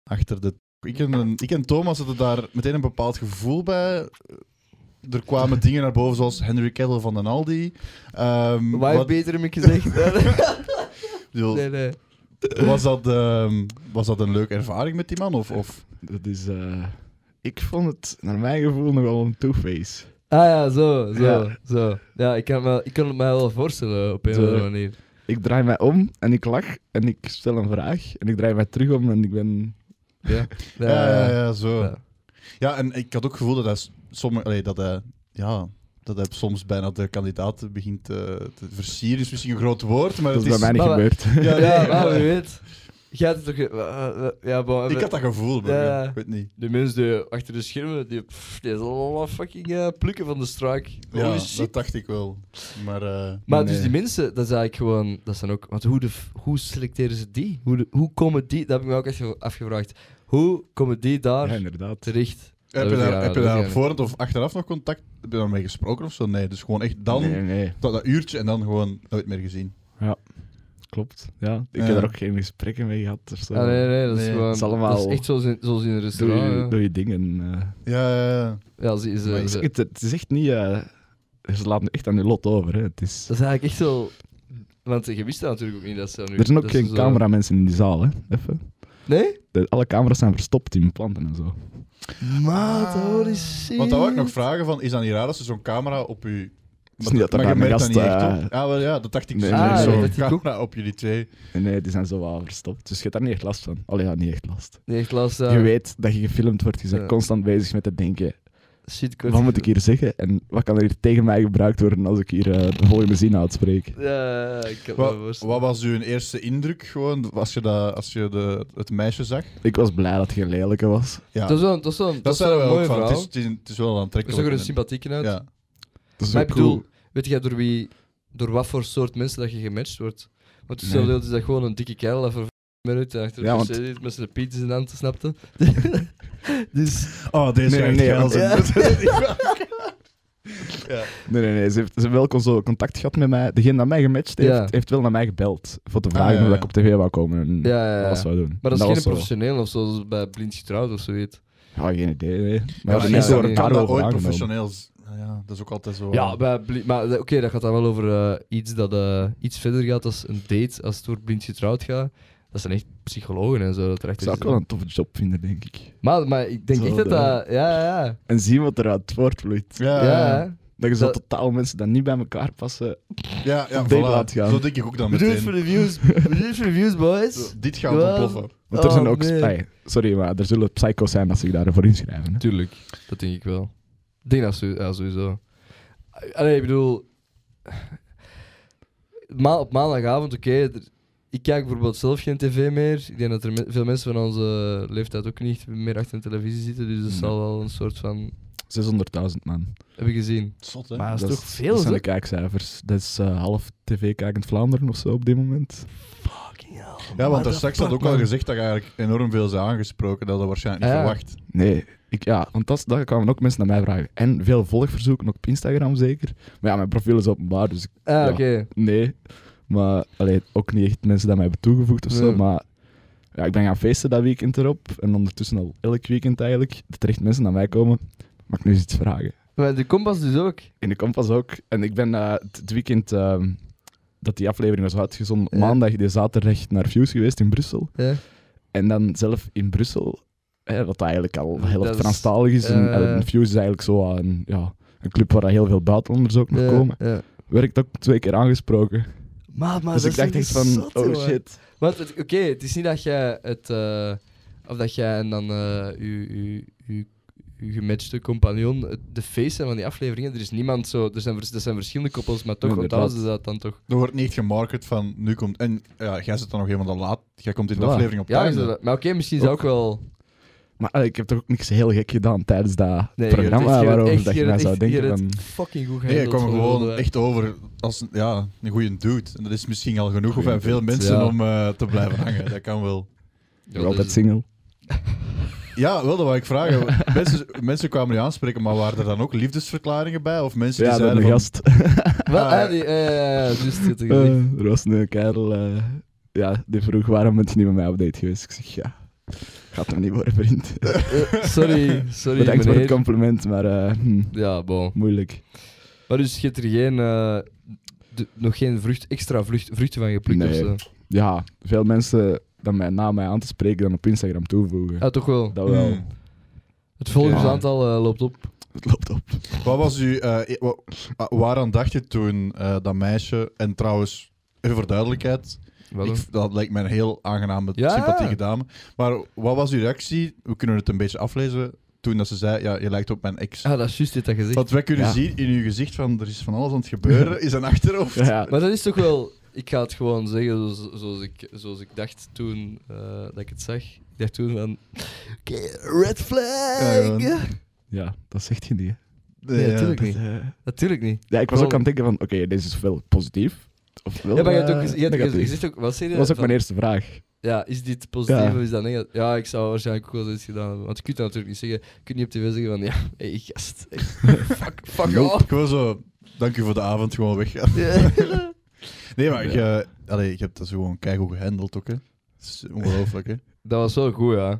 Speaker 3: Achter de... Ik en, een- ik en Thomas hadden daar meteen een bepaald gevoel bij. Er kwamen dingen naar boven zoals Henry Kettle van den Aldi. Ehm,
Speaker 2: Waar
Speaker 3: wat-
Speaker 2: beter heb ik <laughs>
Speaker 3: <laughs>
Speaker 2: gezegd?
Speaker 3: ik bedoel,
Speaker 2: nee, nee.
Speaker 3: was, dat, ehm, was dat een leuke ervaring met die man? Of, of
Speaker 1: dat is, eh, ik vond het, naar mijn gevoel, nogal een two-face.
Speaker 2: Ah ja, zo, zo,
Speaker 1: Ja.
Speaker 2: zo. Ja, ik kan, het me, ik kan het mij wel voorstellen op een
Speaker 1: Zo.
Speaker 2: of andere manier.
Speaker 1: Ik draai mij om en ik lach en ik stel een vraag en ik draai mij terug om en ik ben...
Speaker 2: Ja, ja,
Speaker 3: ja,
Speaker 2: ja.
Speaker 3: ja, ja, zo.
Speaker 2: Ja.
Speaker 3: Ja, en ik had ook het gevoel dat hij, s- sommige, allee, dat hij, ja, dat hij soms bijna de kandidaten begint te, te versieren. Is misschien een groot woord, maar
Speaker 1: Dat
Speaker 3: het
Speaker 1: is
Speaker 3: is...
Speaker 1: bij mij niet
Speaker 2: maar-
Speaker 1: gebeurd. <laughs>
Speaker 3: Ja, nee,
Speaker 2: <laughs> Ja,
Speaker 3: ja.
Speaker 2: maar wie weet. Jij hebt het toch... ge- eh, eh, eh, Ja, bon,
Speaker 3: ik had dat gevoel, maar
Speaker 2: Ja,
Speaker 3: ja,
Speaker 2: ja.
Speaker 3: ik weet niet.
Speaker 2: De mensen die achter de schermen, die, pff, die zijn allemaal fucking eh, plukken van de struik.
Speaker 3: Ja,
Speaker 2: Holy shit.
Speaker 3: dat dacht ik wel. Maar, eh,
Speaker 2: Maar
Speaker 1: Nee.
Speaker 2: dus die mensen, dat is eigenlijk gewoon, dat zijn ook, want hoe, de, f- hoe selecteren ze die? Hoe, de- hoe komen die, dat heb ik me ook echt afgevraagd, hoe komen die daar
Speaker 1: Ja, inderdaad.
Speaker 2: terecht?
Speaker 3: heb
Speaker 2: wil
Speaker 3: je
Speaker 2: ik-
Speaker 3: daar,
Speaker 2: ja,
Speaker 3: heb je
Speaker 2: dat
Speaker 3: daar
Speaker 2: wil
Speaker 3: op
Speaker 2: ik-
Speaker 3: voorhand of achteraf nog contact? Heb je daarmee gesproken of zo? Nee, dus gewoon echt dan,
Speaker 1: Nee, nee,
Speaker 3: dat, dat uurtje en dan gewoon nooit meer gezien.
Speaker 1: klopt. Ja, ik
Speaker 3: Ja.
Speaker 1: heb daar ook geen gesprekken mee gehad of zo.
Speaker 2: Ah, nee, nee, dat is
Speaker 3: Nee,
Speaker 2: gewoon,
Speaker 1: dat is allemaal-
Speaker 2: dat is echt zoals in, zoals in een
Speaker 1: Doe,
Speaker 2: restaurant.
Speaker 1: je,
Speaker 2: ja.
Speaker 1: doe je dingen. eh.
Speaker 3: Ja, ja, ja.
Speaker 2: Ja, ze, ze-
Speaker 3: Maar
Speaker 1: Ik
Speaker 2: ze-
Speaker 1: eh, zeg het, het is echt niet... eh, ze laten echt aan je lot over, hè. Het is...
Speaker 2: dat is eigenlijk echt wel Want je wist dat natuurlijk ook niet dat ze nu...
Speaker 1: Er zijn ook
Speaker 2: dat eh,
Speaker 1: geen
Speaker 2: ze zo-
Speaker 1: cameramensen in die zaal, hè. Even.
Speaker 2: Nee?
Speaker 1: De- alle camera's zijn verstopt in planten en zo.
Speaker 2: Maat,
Speaker 3: Ah.
Speaker 2: holy shit.
Speaker 3: Want dan wou ik nog vragen: van, is dat niet raar dat ze zo'n camera op u.
Speaker 1: is niet dat er bij
Speaker 3: merkt
Speaker 1: een
Speaker 3: dat niet
Speaker 1: gast,
Speaker 3: echt
Speaker 1: eh,
Speaker 3: op. Ja, wel, ja, dat dacht ik
Speaker 1: Nee,
Speaker 3: zo.
Speaker 1: nee,
Speaker 3: zo'n
Speaker 1: nee.
Speaker 2: Dat dacht ik ook.
Speaker 3: camera op jullie twee.
Speaker 1: En eh, nee, die zijn zo wel verstopt. Dus je hebt daar niet echt last van. Allee, ja, niet echt last.
Speaker 2: Nee, echt last.
Speaker 1: Je weet dat je gefilmd wordt. Je bent
Speaker 2: Ja.
Speaker 1: constant bezig met te denken.
Speaker 2: Shit, kort.
Speaker 1: Wat moet
Speaker 2: <laughs>
Speaker 1: ik hier zeggen? En wat kan er hier tegen mij gebruikt worden als ik hier eh, de volgende zin uitspreek?
Speaker 2: Ja, ik kan het me
Speaker 3: Wat,
Speaker 2: voorstellen.
Speaker 3: wat was uw eerste indruk gewoon als je, dat, als je de, het meisje zag?
Speaker 1: Ik was blij dat het geen lelijke was.
Speaker 3: Ja.
Speaker 2: Dat is wel, dat is wel, dat
Speaker 3: dat
Speaker 2: is wel
Speaker 3: zeiden
Speaker 2: een
Speaker 3: wij ook
Speaker 2: mooie
Speaker 3: van. Het is,
Speaker 2: verhaal.
Speaker 3: het, is, het is wel
Speaker 2: Er
Speaker 3: aantrekkelijk.
Speaker 2: zag er een
Speaker 3: en-
Speaker 2: sympathieke uit.
Speaker 3: Ja.
Speaker 1: Dat is
Speaker 2: Maar
Speaker 1: ook
Speaker 2: ik bedoel,
Speaker 1: cool.
Speaker 2: weet jij door wie, door wat voor soort mensen dat je gematcht wordt? Want hetzelfde
Speaker 3: Nee.
Speaker 2: deel is dat gewoon een dikke kerel dat voor minuut achter
Speaker 1: Ja,
Speaker 2: de
Speaker 1: want-
Speaker 2: pc zit met zijn piet in zijn hand, snapte? dus,
Speaker 3: Oh, deze
Speaker 1: Nee,
Speaker 3: nee,
Speaker 1: nee,
Speaker 3: geil
Speaker 1: als-
Speaker 3: zijn.
Speaker 2: <laughs>
Speaker 1: Nee, nee, nee. Ze heeft, ze heeft wel kon zo contact gehad met mij. Degene dat mij gematcht heeft,
Speaker 2: Ja.
Speaker 1: heeft wel naar mij gebeld. Voor te
Speaker 3: Ah,
Speaker 1: vragen
Speaker 3: ja,
Speaker 1: of
Speaker 3: ja.
Speaker 1: ik op tv wou komen en
Speaker 2: ja, ja,
Speaker 1: wat
Speaker 2: ja.
Speaker 1: zou doen.
Speaker 2: Maar dat is
Speaker 1: En
Speaker 2: geen
Speaker 1: was zo.
Speaker 2: professioneel of zo, zoals bij blind getrouwd of zoiets.
Speaker 1: Ja, geen idee. Nee. Maar
Speaker 3: Ja,
Speaker 1: de
Speaker 3: maar
Speaker 2: is
Speaker 1: mensen
Speaker 2: dat-
Speaker 1: worden daar
Speaker 2: kan
Speaker 1: wel
Speaker 3: kan dat
Speaker 1: voor
Speaker 3: ooit
Speaker 1: aangenomen.
Speaker 3: professioneel. z- Nou Ja, dat is ook altijd zo.
Speaker 2: Ja, bij bli- maar oké, dat gaat dan wel over eh, iets dat eh, iets verder gaat als een date als het door blind getrouwd gaat. Dat zijn echt psychologen en zo. Dat
Speaker 1: Ik zou
Speaker 2: erachter
Speaker 1: ik wel
Speaker 2: zitten.
Speaker 1: een toffe job vinden, denk ik.
Speaker 2: maar, maar ik denk
Speaker 1: Zo
Speaker 2: echt dat
Speaker 1: de-
Speaker 2: dat... Ja, ja,
Speaker 1: En zien wat eruit voortvloeit.
Speaker 3: ja,
Speaker 2: ja.
Speaker 3: ja,
Speaker 2: ja.
Speaker 1: Dat je zo
Speaker 2: Dat-
Speaker 1: totaal mensen dat niet bij elkaar passen.
Speaker 3: ja, ja,
Speaker 1: Op date
Speaker 3: voilà.
Speaker 1: laat gaan.
Speaker 3: Zo denk ik ook dan
Speaker 2: We doen het voor
Speaker 3: meteen.
Speaker 2: de views. We doen het voor de views, boys.
Speaker 3: Zo, Dit gaat
Speaker 2: Ja.
Speaker 3: ontploffen.
Speaker 1: Want er zijn
Speaker 2: Oh,
Speaker 1: ook...
Speaker 2: nee.
Speaker 1: Nee, sorry, maar er zullen psycho's zijn als zich daarvoor inschrijven. hè.
Speaker 2: Tuurlijk, dat denk ik wel. Ik denk dat zo- ja, sowieso. Allee, ik bedoel... Ma op maandagavond, oké, er- ik kijk bijvoorbeeld zelf geen tv meer. Ik denk dat er me- veel mensen van onze leeftijd ook niet meer achter de televisie zitten, dus dat
Speaker 1: Nee.
Speaker 2: zal wel een soort van...
Speaker 1: 600.000 man.
Speaker 2: Heb je gezien?
Speaker 3: Zot, hè?
Speaker 2: Maar dat is toch veel,
Speaker 1: Dat zijn
Speaker 2: hè?
Speaker 1: de kijkcijfers. Dat is eh, half tv-kijkend Vlaanderen of zo op dit moment.
Speaker 3: Ja, want daar straks had ook al gezegd dat je eigenlijk enorm veel is aangesproken. Dat hadden we waarschijnlijk niet
Speaker 2: Ja.
Speaker 3: verwacht.
Speaker 1: Nee, ik, ja, want dat, daar kwamen ook mensen naar mij vragen. En veel volgverzoeken, ook op Instagram zeker. Maar ja, mijn profiel is openbaar, dus ik-
Speaker 2: Ah,
Speaker 1: Ja.
Speaker 2: oké.
Speaker 1: nee. Maar allee, ook niet echt mensen die mij hebben toegevoegd of zo.
Speaker 2: Nee.
Speaker 1: Maar ja, ik ben gaan feesten dat weekend erop. En ondertussen al elk weekend eigenlijk, dat er echt mensen naar mij komen. Mag ik nu eens iets vragen?
Speaker 2: Maar de kompas dus ook.
Speaker 1: In de kompas ook. En ik ben eh, het het weekend ehm, dat die aflevering was uitgezonden, op
Speaker 2: Ja.
Speaker 1: maandag, die zaterdag naar Views geweest in Brussel.
Speaker 2: Ja.
Speaker 1: En dan zelf in Brussel, hè, wat eigenlijk al heel
Speaker 2: Dat is-
Speaker 1: Franstalig is. en,
Speaker 2: eh.
Speaker 1: en Fuse is eigenlijk zo een, ja, een club waar heel veel buitenlanders ook nog
Speaker 2: Ja,
Speaker 1: komen.
Speaker 2: ja.
Speaker 1: Werd ook twee keer aangesproken.
Speaker 2: Maar, maar
Speaker 1: dus
Speaker 2: Ah, dat
Speaker 1: ik
Speaker 2: is
Speaker 1: dacht
Speaker 2: toch
Speaker 1: echt van,
Speaker 2: zot,
Speaker 1: oh
Speaker 2: jongen.
Speaker 1: shit.
Speaker 2: Want het- oké, het is niet dat jij het. eh, of dat jij en dan eh, uw uw uw uw gematchte compagnon. het- de feesten van die afleveringen. Er is niemand zo. Er zijn, vers- er zijn verschillende koppels, maar toch
Speaker 1: Inderdaad.
Speaker 2: onthouden ze dat dan toch.
Speaker 3: Er wordt niet echt gemarket van nu komt. En ja, jij zit dan nog helemaal te laat. Jij komt in de
Speaker 1: Voilà.
Speaker 3: aflevering op
Speaker 2: Ja,
Speaker 3: tijd.
Speaker 2: is dat- maar oké, misschien is dat ook wel.
Speaker 1: Maar eh, ik heb toch ook niks heel gek gedaan tijdens dat
Speaker 2: Nee,
Speaker 1: programma
Speaker 2: je hebt
Speaker 1: waarover
Speaker 2: echt-
Speaker 1: dat je
Speaker 2: je
Speaker 1: mij
Speaker 2: hebt
Speaker 1: zou
Speaker 2: echt- je
Speaker 1: denken
Speaker 2: hebt
Speaker 1: van...
Speaker 2: het fucking goed
Speaker 3: Nee,
Speaker 2: gehandeld
Speaker 3: ik kwam er
Speaker 2: van
Speaker 3: gewoon
Speaker 2: Wilde.
Speaker 3: echt over als een- ja, een goede dude. En dat is misschien al genoeg of bij veel
Speaker 1: dude,
Speaker 3: mensen
Speaker 2: ja.
Speaker 3: om eh, te blijven hangen. Dat kan wel.
Speaker 1: Je
Speaker 2: Ja,
Speaker 1: bent
Speaker 2: dat
Speaker 1: altijd
Speaker 3: dus-
Speaker 2: is-
Speaker 1: single.
Speaker 3: Ja, wel, dat wou ik
Speaker 2: <laughs>
Speaker 3: vragen. Mensen, mensen kwamen je aanspreken, maar waren er dan ook liefdesverklaringen bij? Of mensen die
Speaker 1: Ja, dat
Speaker 3: zeiden
Speaker 1: een
Speaker 3: van...
Speaker 1: gast.
Speaker 2: Wel, ah, die, eh, ja, ja, juist, je hebt het gezegd.
Speaker 1: <laughs> Eh, er was een kerel eh, ja, die vroeg waarom bent je niet met mij op date geweest. Ik zeg ja, gaat hem niet worden vriend.
Speaker 2: Eh, sorry, sorry.
Speaker 1: Bedankt voor
Speaker 2: meneer.
Speaker 1: het compliment, maar eh, hm,
Speaker 2: Ja, bon.
Speaker 1: moeilijk.
Speaker 2: Maar dus je hebt er geen, eh, de- nog geen vrucht, extra vrucht, vruchten van geplukt
Speaker 1: Nee.
Speaker 2: of zo?
Speaker 1: ja, veel mensen dan mij na mij aan te spreken dan op Instagram toevoegen.
Speaker 2: Ja, Ah, toch wel.
Speaker 1: Dat wel.
Speaker 3: Hmm.
Speaker 2: Het volgersaantal eh, loopt op.
Speaker 1: Het loopt op.
Speaker 3: Wat was u, eh, wa- ah, waaraan dacht je toen eh, dat meisje... En trouwens, even voor duidelijkheid,
Speaker 2: Ik-
Speaker 3: ik, dat lijkt mij een heel aangename,
Speaker 2: Ja.
Speaker 3: sympathieke dame. Maar wat was uw reactie? We kunnen het een beetje aflezen toen dat ze zei, ja, je lijkt op mijn ex.
Speaker 2: Ah, dat is juist dit dat gezegd.
Speaker 3: Wat wij kunnen
Speaker 1: Ja.
Speaker 3: zien in uw gezicht van er is van alles aan het gebeuren, is een achterhoofd.
Speaker 1: Ja, ja.
Speaker 2: Maar dat is toch wel... Ik ga het gewoon zeggen zoals, zoals, ik, zoals ik dacht toen eh, dat ik het zag. Ik dacht toen van... Oké, red
Speaker 3: Ja,
Speaker 2: flag!
Speaker 3: ja.
Speaker 1: ja, dat zegt je niet. hè.
Speaker 2: Nee, natuurlijk
Speaker 1: Dat,
Speaker 2: niet.
Speaker 1: eh,
Speaker 2: Natuurlijk niet.
Speaker 1: ja, ik was
Speaker 2: Wel-
Speaker 1: ook aan het denken van, oké, deze is wel positief. Of wel,
Speaker 2: Ja, maar je hebt ook...
Speaker 1: eh,
Speaker 2: gez- Je hebt,
Speaker 1: negatief.
Speaker 2: je zegt ook wat zeg je?
Speaker 1: Dat was ook
Speaker 2: Van-
Speaker 1: mijn eerste vraag.
Speaker 2: Ja, is dit positief
Speaker 1: Ja.
Speaker 2: of is dat negatief? Ja, ik zou waarschijnlijk ook wel zoiets gedaan hebben. Want je kunt dat natuurlijk niet zeggen. Je kunt niet op tv zeggen van... Ja, hey,
Speaker 1: <laughs>
Speaker 2: gast. hey, fuck, fuck
Speaker 3: Nope.
Speaker 2: off. <laughs>
Speaker 3: Gewoon zo, dank u voor de avond, gewoon weggaan.
Speaker 2: Ja.
Speaker 3: <laughs> Nee, maar ik, eh, allee, ik heb dat zo gewoon keigoed gehandeld ook, hè. Het is ongelooflijk, hè.
Speaker 2: Dat was wel goed, ja.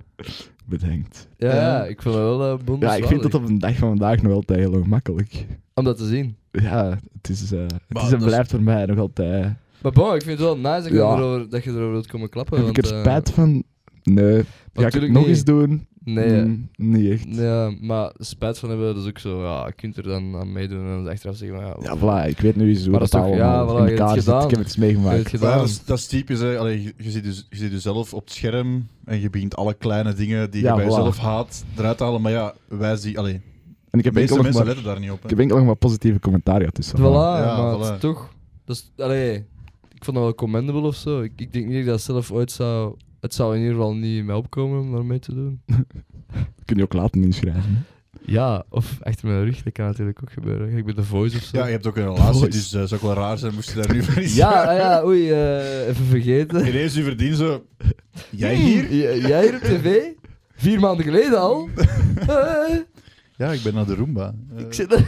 Speaker 1: Bedankt.
Speaker 2: Ja,
Speaker 3: Ja.
Speaker 2: ik vond het wel uh,
Speaker 1: Ja, ik vind dat op de dag van vandaag nog altijd heel gemakkelijk.
Speaker 2: Om dat te zien.
Speaker 1: Ja, het is, eh, het
Speaker 3: Maar dus-
Speaker 1: is en
Speaker 3: dat is-
Speaker 1: blijft voor mij nog altijd
Speaker 2: Maar bon, ik vind het wel nice dat je,
Speaker 1: Ja.
Speaker 2: erover, dat je erover wilt komen klappen.
Speaker 1: Heb ik
Speaker 2: want,
Speaker 1: er
Speaker 2: eh,
Speaker 1: spijt van? Nee. Ga ik het
Speaker 2: natuurlijk
Speaker 1: nog
Speaker 2: niet.
Speaker 1: eens doen?
Speaker 2: Nee,
Speaker 1: Mm, niet echt.
Speaker 2: ja, maar spijt van hebben, dat is ook zo. Ja, je kunt er dan aan meedoen en dan achteraf zeggen, van, ja,
Speaker 1: Ja, voilà, ik weet nu eens hoe
Speaker 2: Maar
Speaker 1: dat,
Speaker 2: dat is toch- ja,
Speaker 1: allemaal
Speaker 2: voilà,
Speaker 1: in
Speaker 2: je hebt het
Speaker 1: elkaar zit.
Speaker 2: gedaan.
Speaker 1: Ik heb het
Speaker 2: je
Speaker 1: meegemaakt.
Speaker 2: hebt het
Speaker 3: Ja,
Speaker 2: gedaan.
Speaker 3: dat, is, dat is typisch. Hè. Allee, je, je ziet dus, je ziet jezelf op het scherm en je begint alle kleine dingen die
Speaker 1: Ja,
Speaker 3: je bij
Speaker 1: voilà.
Speaker 3: jezelf haat eruit te halen. Maar ja, wij zien... Allee,
Speaker 1: En ik
Speaker 3: de
Speaker 1: heb enkel
Speaker 3: meeste
Speaker 1: nog
Speaker 3: mensen
Speaker 1: maar,
Speaker 3: letten daar niet op. hè.
Speaker 1: ik heb enkel nog maar positieve commentaar gehad. Dus,
Speaker 2: Voilà,
Speaker 3: Ja,
Speaker 2: maar
Speaker 3: voilà.
Speaker 2: het is toch. Dat is, allee, ik vond dat wel commendable of zo. Ik, ik denk niet dat ik dat zelf ooit zou. Het zou in ieder geval niet in mij opkomen om daarmee te doen.
Speaker 1: kun je ook laten inschrijven. hè.
Speaker 2: Ja, of achter mijn rug, dat kan natuurlijk ook gebeuren. Ik ben de voice of zo.
Speaker 3: Ja, je hebt ook een relatie,
Speaker 1: Boys.
Speaker 3: dus eh, zou ook wel raar zijn moest je daar nu voor iets...
Speaker 2: ja,
Speaker 3: <laughs>
Speaker 2: ah ja, oei, eh, even vergeten.
Speaker 3: Ineens u verdient zo... Jij
Speaker 1: Hmm.
Speaker 3: hier?
Speaker 2: J- jij hier op tv? Vier maanden geleden al?
Speaker 3: <laughs>
Speaker 2: Eh,
Speaker 3: Ja, ik ben naar de Roomba. Eh,
Speaker 2: ik zit er.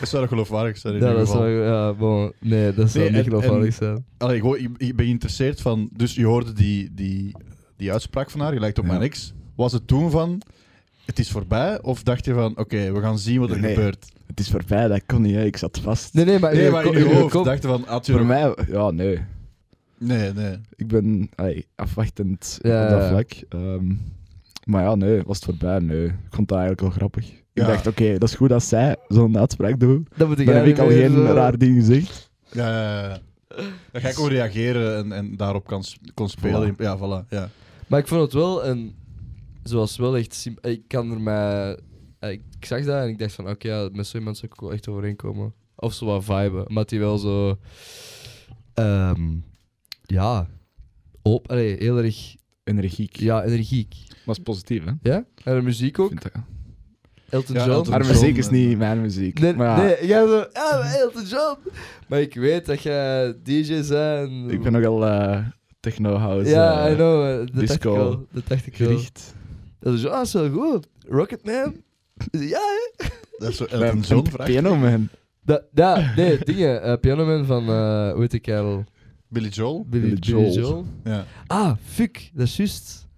Speaker 3: Dat zou toch geloofwaardig zijn in
Speaker 2: Ja,
Speaker 3: ieder
Speaker 2: dat
Speaker 3: geval.
Speaker 2: zou. Ja, bon, nee, dat zou
Speaker 3: Nee,
Speaker 2: niet
Speaker 3: en-
Speaker 2: geloofwaardig
Speaker 3: en-
Speaker 2: zijn.
Speaker 3: Allee, ik, hoor- ik- ik ben geïnteresseerd van... Dus je hoorde die, die, die uitspraak van haar, je lijkt op
Speaker 1: Ja.
Speaker 3: mijn ex. Was het toen van... Het is voorbij? Of dacht je van... Oké, we gaan zien wat er
Speaker 1: Nee.
Speaker 3: gebeurt.
Speaker 1: Het is voorbij, dat kon niet. Hè. Ik zat vast.
Speaker 2: Nee, nee, maar,
Speaker 3: Nee,
Speaker 2: je
Speaker 3: maar
Speaker 2: ko-
Speaker 3: in je
Speaker 2: je
Speaker 3: hoofd
Speaker 2: kop-
Speaker 3: dacht je van... Had je
Speaker 1: Voor mij, ja, nee.
Speaker 3: Nee, nee.
Speaker 1: Ik ben allee, afwachtend
Speaker 2: Ja,
Speaker 1: op dat
Speaker 2: ja.
Speaker 1: vlak. Ehm, maar ja, nee, was het voorbij? Nee. Ik vond dat eigenlijk wel grappig.
Speaker 3: Ja.
Speaker 1: Ik dacht, oké, dat is goed dat zij zo'n uitspraak doet.
Speaker 2: dat moet ik
Speaker 1: Dan heb ik al
Speaker 2: eigenlijk
Speaker 1: geen
Speaker 2: weer zo-
Speaker 1: raar ding gezegd.
Speaker 3: Ja, ja, ja. Dan ga ik ook reageren en, en daarop kan, s- kon spelen. Ja, voilà. Ja.
Speaker 2: Maar ik vond het wel een. Zoals wel echt. symp- Ik kan er mij. eh, Ik ik zag dat en ik dacht van oké, ja, met zo iemand zou ik wel echt overeenkomen. Of zo wat viben. Maar die wel zo. ehm, ja. Op, allee, heel erg.
Speaker 1: Energiek.
Speaker 2: Ja, energiek.
Speaker 1: Was positief, hè?
Speaker 2: Ja? En de muziek ook.
Speaker 1: Vind ik.
Speaker 2: Elton
Speaker 3: Ja,
Speaker 2: John.
Speaker 3: Elton
Speaker 1: Haar
Speaker 3: John,
Speaker 1: muziek is
Speaker 3: eh,
Speaker 1: niet mijn muziek.
Speaker 2: Nee,
Speaker 1: maar ja,
Speaker 2: nee, jij zo. Ja, maar Elton John. Maar ik weet dat jij DJ bent.
Speaker 1: ik ben nogal eh techno house
Speaker 2: Ja,
Speaker 1: eh,
Speaker 2: I know. eh, Dat dacht ik
Speaker 1: disco
Speaker 2: wel. Dat dacht ik wel.
Speaker 1: gericht.
Speaker 2: Dat is, ah, dat is wel goed. Rocketman? Ja, hè?
Speaker 3: Dat is zo
Speaker 1: Bij
Speaker 3: Elton
Speaker 2: <laughs>
Speaker 3: John vraag.
Speaker 1: Piano Man.
Speaker 2: Da, da, nee, dingen. eh Pianoman van, eh hoe heet die kerel?
Speaker 3: Billy Joel?
Speaker 2: Billy,
Speaker 1: Billy
Speaker 2: Billy
Speaker 1: Joel.
Speaker 3: Ja.
Speaker 2: Ah, fuck, dat is juist.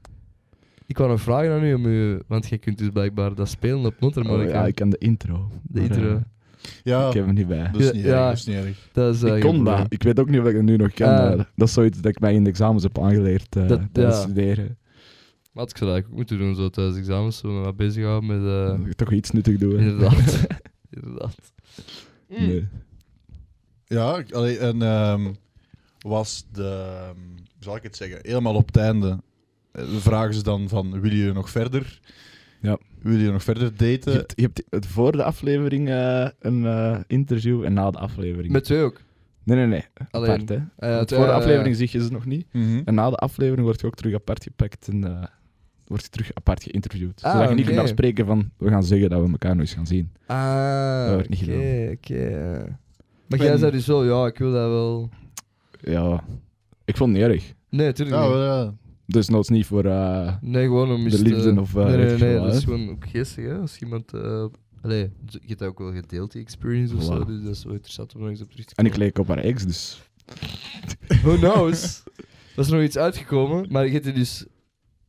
Speaker 2: Ik wou nog vragen aan u, om u, want jij kunt dus blijkbaar dat spelen op
Speaker 1: Oh,
Speaker 2: mondharmonica.
Speaker 1: ja, ik ken de intro.
Speaker 2: eh, de
Speaker 1: maar,
Speaker 2: intro.
Speaker 1: eh,
Speaker 3: Ja, Dus,
Speaker 1: ik heb hem niet bij.
Speaker 3: dat is niet
Speaker 2: Ja.
Speaker 3: erg. Dat is niet erg.
Speaker 2: dat is, eh,
Speaker 1: ik
Speaker 2: geen
Speaker 1: kon
Speaker 2: probleem.
Speaker 1: dat. Ik weet ook niet of ik het nu nog ken.
Speaker 2: Ah.
Speaker 1: eh, dat is zoiets dat ik mij in de examens heb aangeleerd eh
Speaker 2: Dat-
Speaker 1: tijdens
Speaker 2: ja.
Speaker 1: studeren.
Speaker 2: Maar ik zou dat eigenlijk ook moeten doen, zo tijdens examens, zo me wat bezighouden met... eh,
Speaker 1: Dat ik Toch iets nuttig doen. <laughs>
Speaker 2: <laughs> inderdaad. inderdaad. <laughs>
Speaker 1: nee.
Speaker 3: Ja, ik- allee, en ehm, was de... ehm, hoe zal ik het zeggen? Helemaal op het einde eh, vragen ze dan van, wil je nog verder?
Speaker 1: Ja.
Speaker 3: Wil je nog verder
Speaker 1: Je,
Speaker 3: daten?
Speaker 1: hebt, je hebt het voor de aflevering eh, een eh, interview en na de aflevering.
Speaker 2: Met twee ook.
Speaker 1: Nee, nee, nee.
Speaker 2: Alleen.
Speaker 1: Apart, hè.
Speaker 2: Eh,
Speaker 1: Want
Speaker 2: twee,
Speaker 1: voor de
Speaker 2: eh,
Speaker 1: aflevering zie je ze nog niet.
Speaker 3: Mhm.
Speaker 1: En na de aflevering word je ook terug apart gepakt en eh word je terug apart geïnterviewd.
Speaker 2: Ah,
Speaker 1: Zodat je niet
Speaker 2: oké.
Speaker 1: kunt afspreken van, we gaan zeggen dat we elkaar nog eens gaan zien.
Speaker 2: Ah,
Speaker 1: Dat
Speaker 2: oké,
Speaker 1: werd niet
Speaker 2: oké.
Speaker 1: gedaan.
Speaker 2: eh. Maar
Speaker 3: Ben-
Speaker 2: jij zei dus wel, ja, ik wil dat wel...
Speaker 1: Ja, ik vond het niet erg.
Speaker 2: Nee, tuurlijk
Speaker 1: Ah,
Speaker 3: Ja,
Speaker 2: niet.
Speaker 3: wel, ja.
Speaker 1: Dus noods niet voor... eh,
Speaker 2: Nee, gewoon om eens
Speaker 1: De liefde
Speaker 2: te...
Speaker 1: of, eh,
Speaker 2: Nee, nee,
Speaker 1: weet ik
Speaker 2: nee,
Speaker 1: veel
Speaker 2: dat
Speaker 1: wat,
Speaker 2: is
Speaker 1: hè.
Speaker 2: gewoon ook geestig, hè. Als iemand... eh Allee, je hebt dat ook wel gedeeld, die experience of
Speaker 1: Voilà.
Speaker 2: zo. Dus dat is wel interessant om nog eens op terug te
Speaker 1: en ik
Speaker 2: komen.
Speaker 1: leek op haar ex, dus...
Speaker 2: Who knows? dat is nog iets uitgekomen, maar je hebt die dus...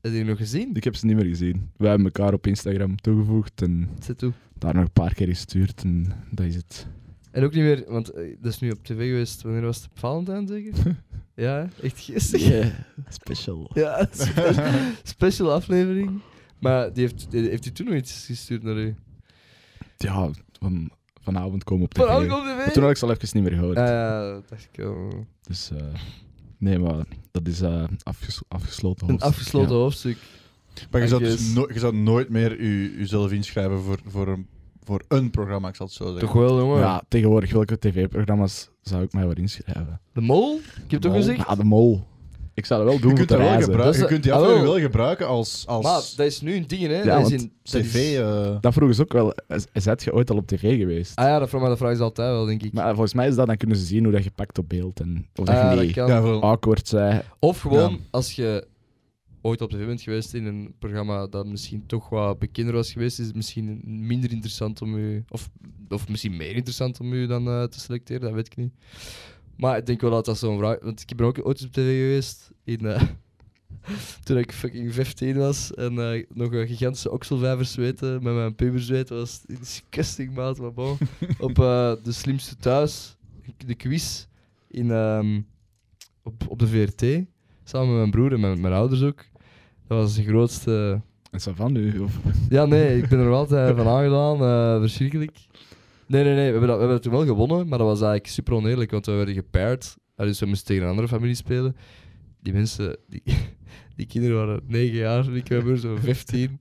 Speaker 2: Heb je die nog gezien?
Speaker 1: Ik heb ze niet meer gezien. Wij hebben elkaar op Instagram toegevoegd en
Speaker 2: Zet toe.
Speaker 1: daar nog een paar keer gestuurd en dat is
Speaker 2: <laughs>
Speaker 1: het.
Speaker 2: En ook niet meer, want eh, dat is nu op tv geweest, wanneer was het? Op Valentijn, zeker? ja, hè? echt geestig.
Speaker 1: special.
Speaker 2: <laughs> Ja,
Speaker 1: <laughs>
Speaker 2: spe- special aflevering. Maar die heeft, die- heeft hij toen nog iets gestuurd naar u?
Speaker 1: Ja, van, vanavond komen op tv.
Speaker 2: Vanavond oh, op Eh.
Speaker 1: Maar
Speaker 2: tv?
Speaker 1: toen had ik ze al even niet meer gehoord.
Speaker 2: Ja, ja, dat dacht ik wel.
Speaker 1: Dus eh, nee, maar dat is eh, afges- afgesloten
Speaker 2: Een
Speaker 1: hoofdstuk,
Speaker 2: afgesloten
Speaker 1: ja.
Speaker 2: hoofdstuk.
Speaker 3: Maar je zou,
Speaker 2: I
Speaker 3: dus
Speaker 2: guess.
Speaker 3: no- je zou nooit meer u, uzelf inschrijven voor, voor, een, voor een programma, ik zal het zo zeggen.
Speaker 2: Toch wel, jongen.
Speaker 1: Ja, tegenwoordig welke tv-programma's zou ik mij wel inschrijven?
Speaker 2: De mol? Ik heb
Speaker 3: De
Speaker 2: toch
Speaker 3: Mol?
Speaker 2: gezegd?
Speaker 1: Ja, de mol. Ik zou dat wel doen
Speaker 3: Je
Speaker 1: voor
Speaker 3: kunt,
Speaker 1: de
Speaker 3: dat
Speaker 1: reizen.
Speaker 3: wel gebruiken,
Speaker 2: Dat
Speaker 3: je
Speaker 2: is-
Speaker 3: kunt die
Speaker 2: ah,
Speaker 3: aflevering
Speaker 2: wel.
Speaker 3: wel gebruiken als,
Speaker 2: Maar
Speaker 3: als
Speaker 2: dat is nu een ding, hè?
Speaker 1: Ja,
Speaker 2: dat is
Speaker 1: want
Speaker 2: in, dat is-
Speaker 3: cv. eh,
Speaker 1: Dat vroegen ze ook wel. Z- Zet je ooit al op tv geweest?
Speaker 2: Ah ja, dat vraag, maar dat vraag is altijd wel, denk ik.
Speaker 1: Maar volgens mij is dat, dan kunnen ze zien hoe dat je pakt op beeld. En of dat
Speaker 2: Ah,
Speaker 1: je
Speaker 2: dat
Speaker 1: niet
Speaker 2: kan.
Speaker 3: ja, wel.
Speaker 1: awkward zij.
Speaker 2: Of gewoon,
Speaker 3: Ja.
Speaker 2: als je ooit op tv bent geweest in een programma dat misschien toch wat bekender was geweest, is het misschien minder interessant om u... Of, of misschien meer interessant om u dan eh, te selecteren, dat weet ik niet. Maar ik denk wel dat dat zo'n vraag... Want ik ben ook ooit op tv geweest in... eh, <laughs> toen ik fucking 15 was en eh, nog een gigantische okselvijver zweten met mijn puberzweet, dat was disgusting, maat, maar bon. op eh, de slimste thuis, de quiz. in, ehm, op, op de VRT, samen met mijn broer en mijn, mijn ouders ook. Dat was de grootste...
Speaker 1: En zo van nu. Of...
Speaker 2: Ja, nee, ik ben er wel altijd van aangedaan. eh, verschrikkelijk. Nee, nee, nee. We hebben, dat, we hebben toen wel gewonnen, maar dat was eigenlijk super oneerlijk, want we werden gepaired. Ah, Dus we moesten tegen een andere familie spelen. Die mensen, die, <laughs> die kinderen waren 9 jaar, en ik was maar zo 15.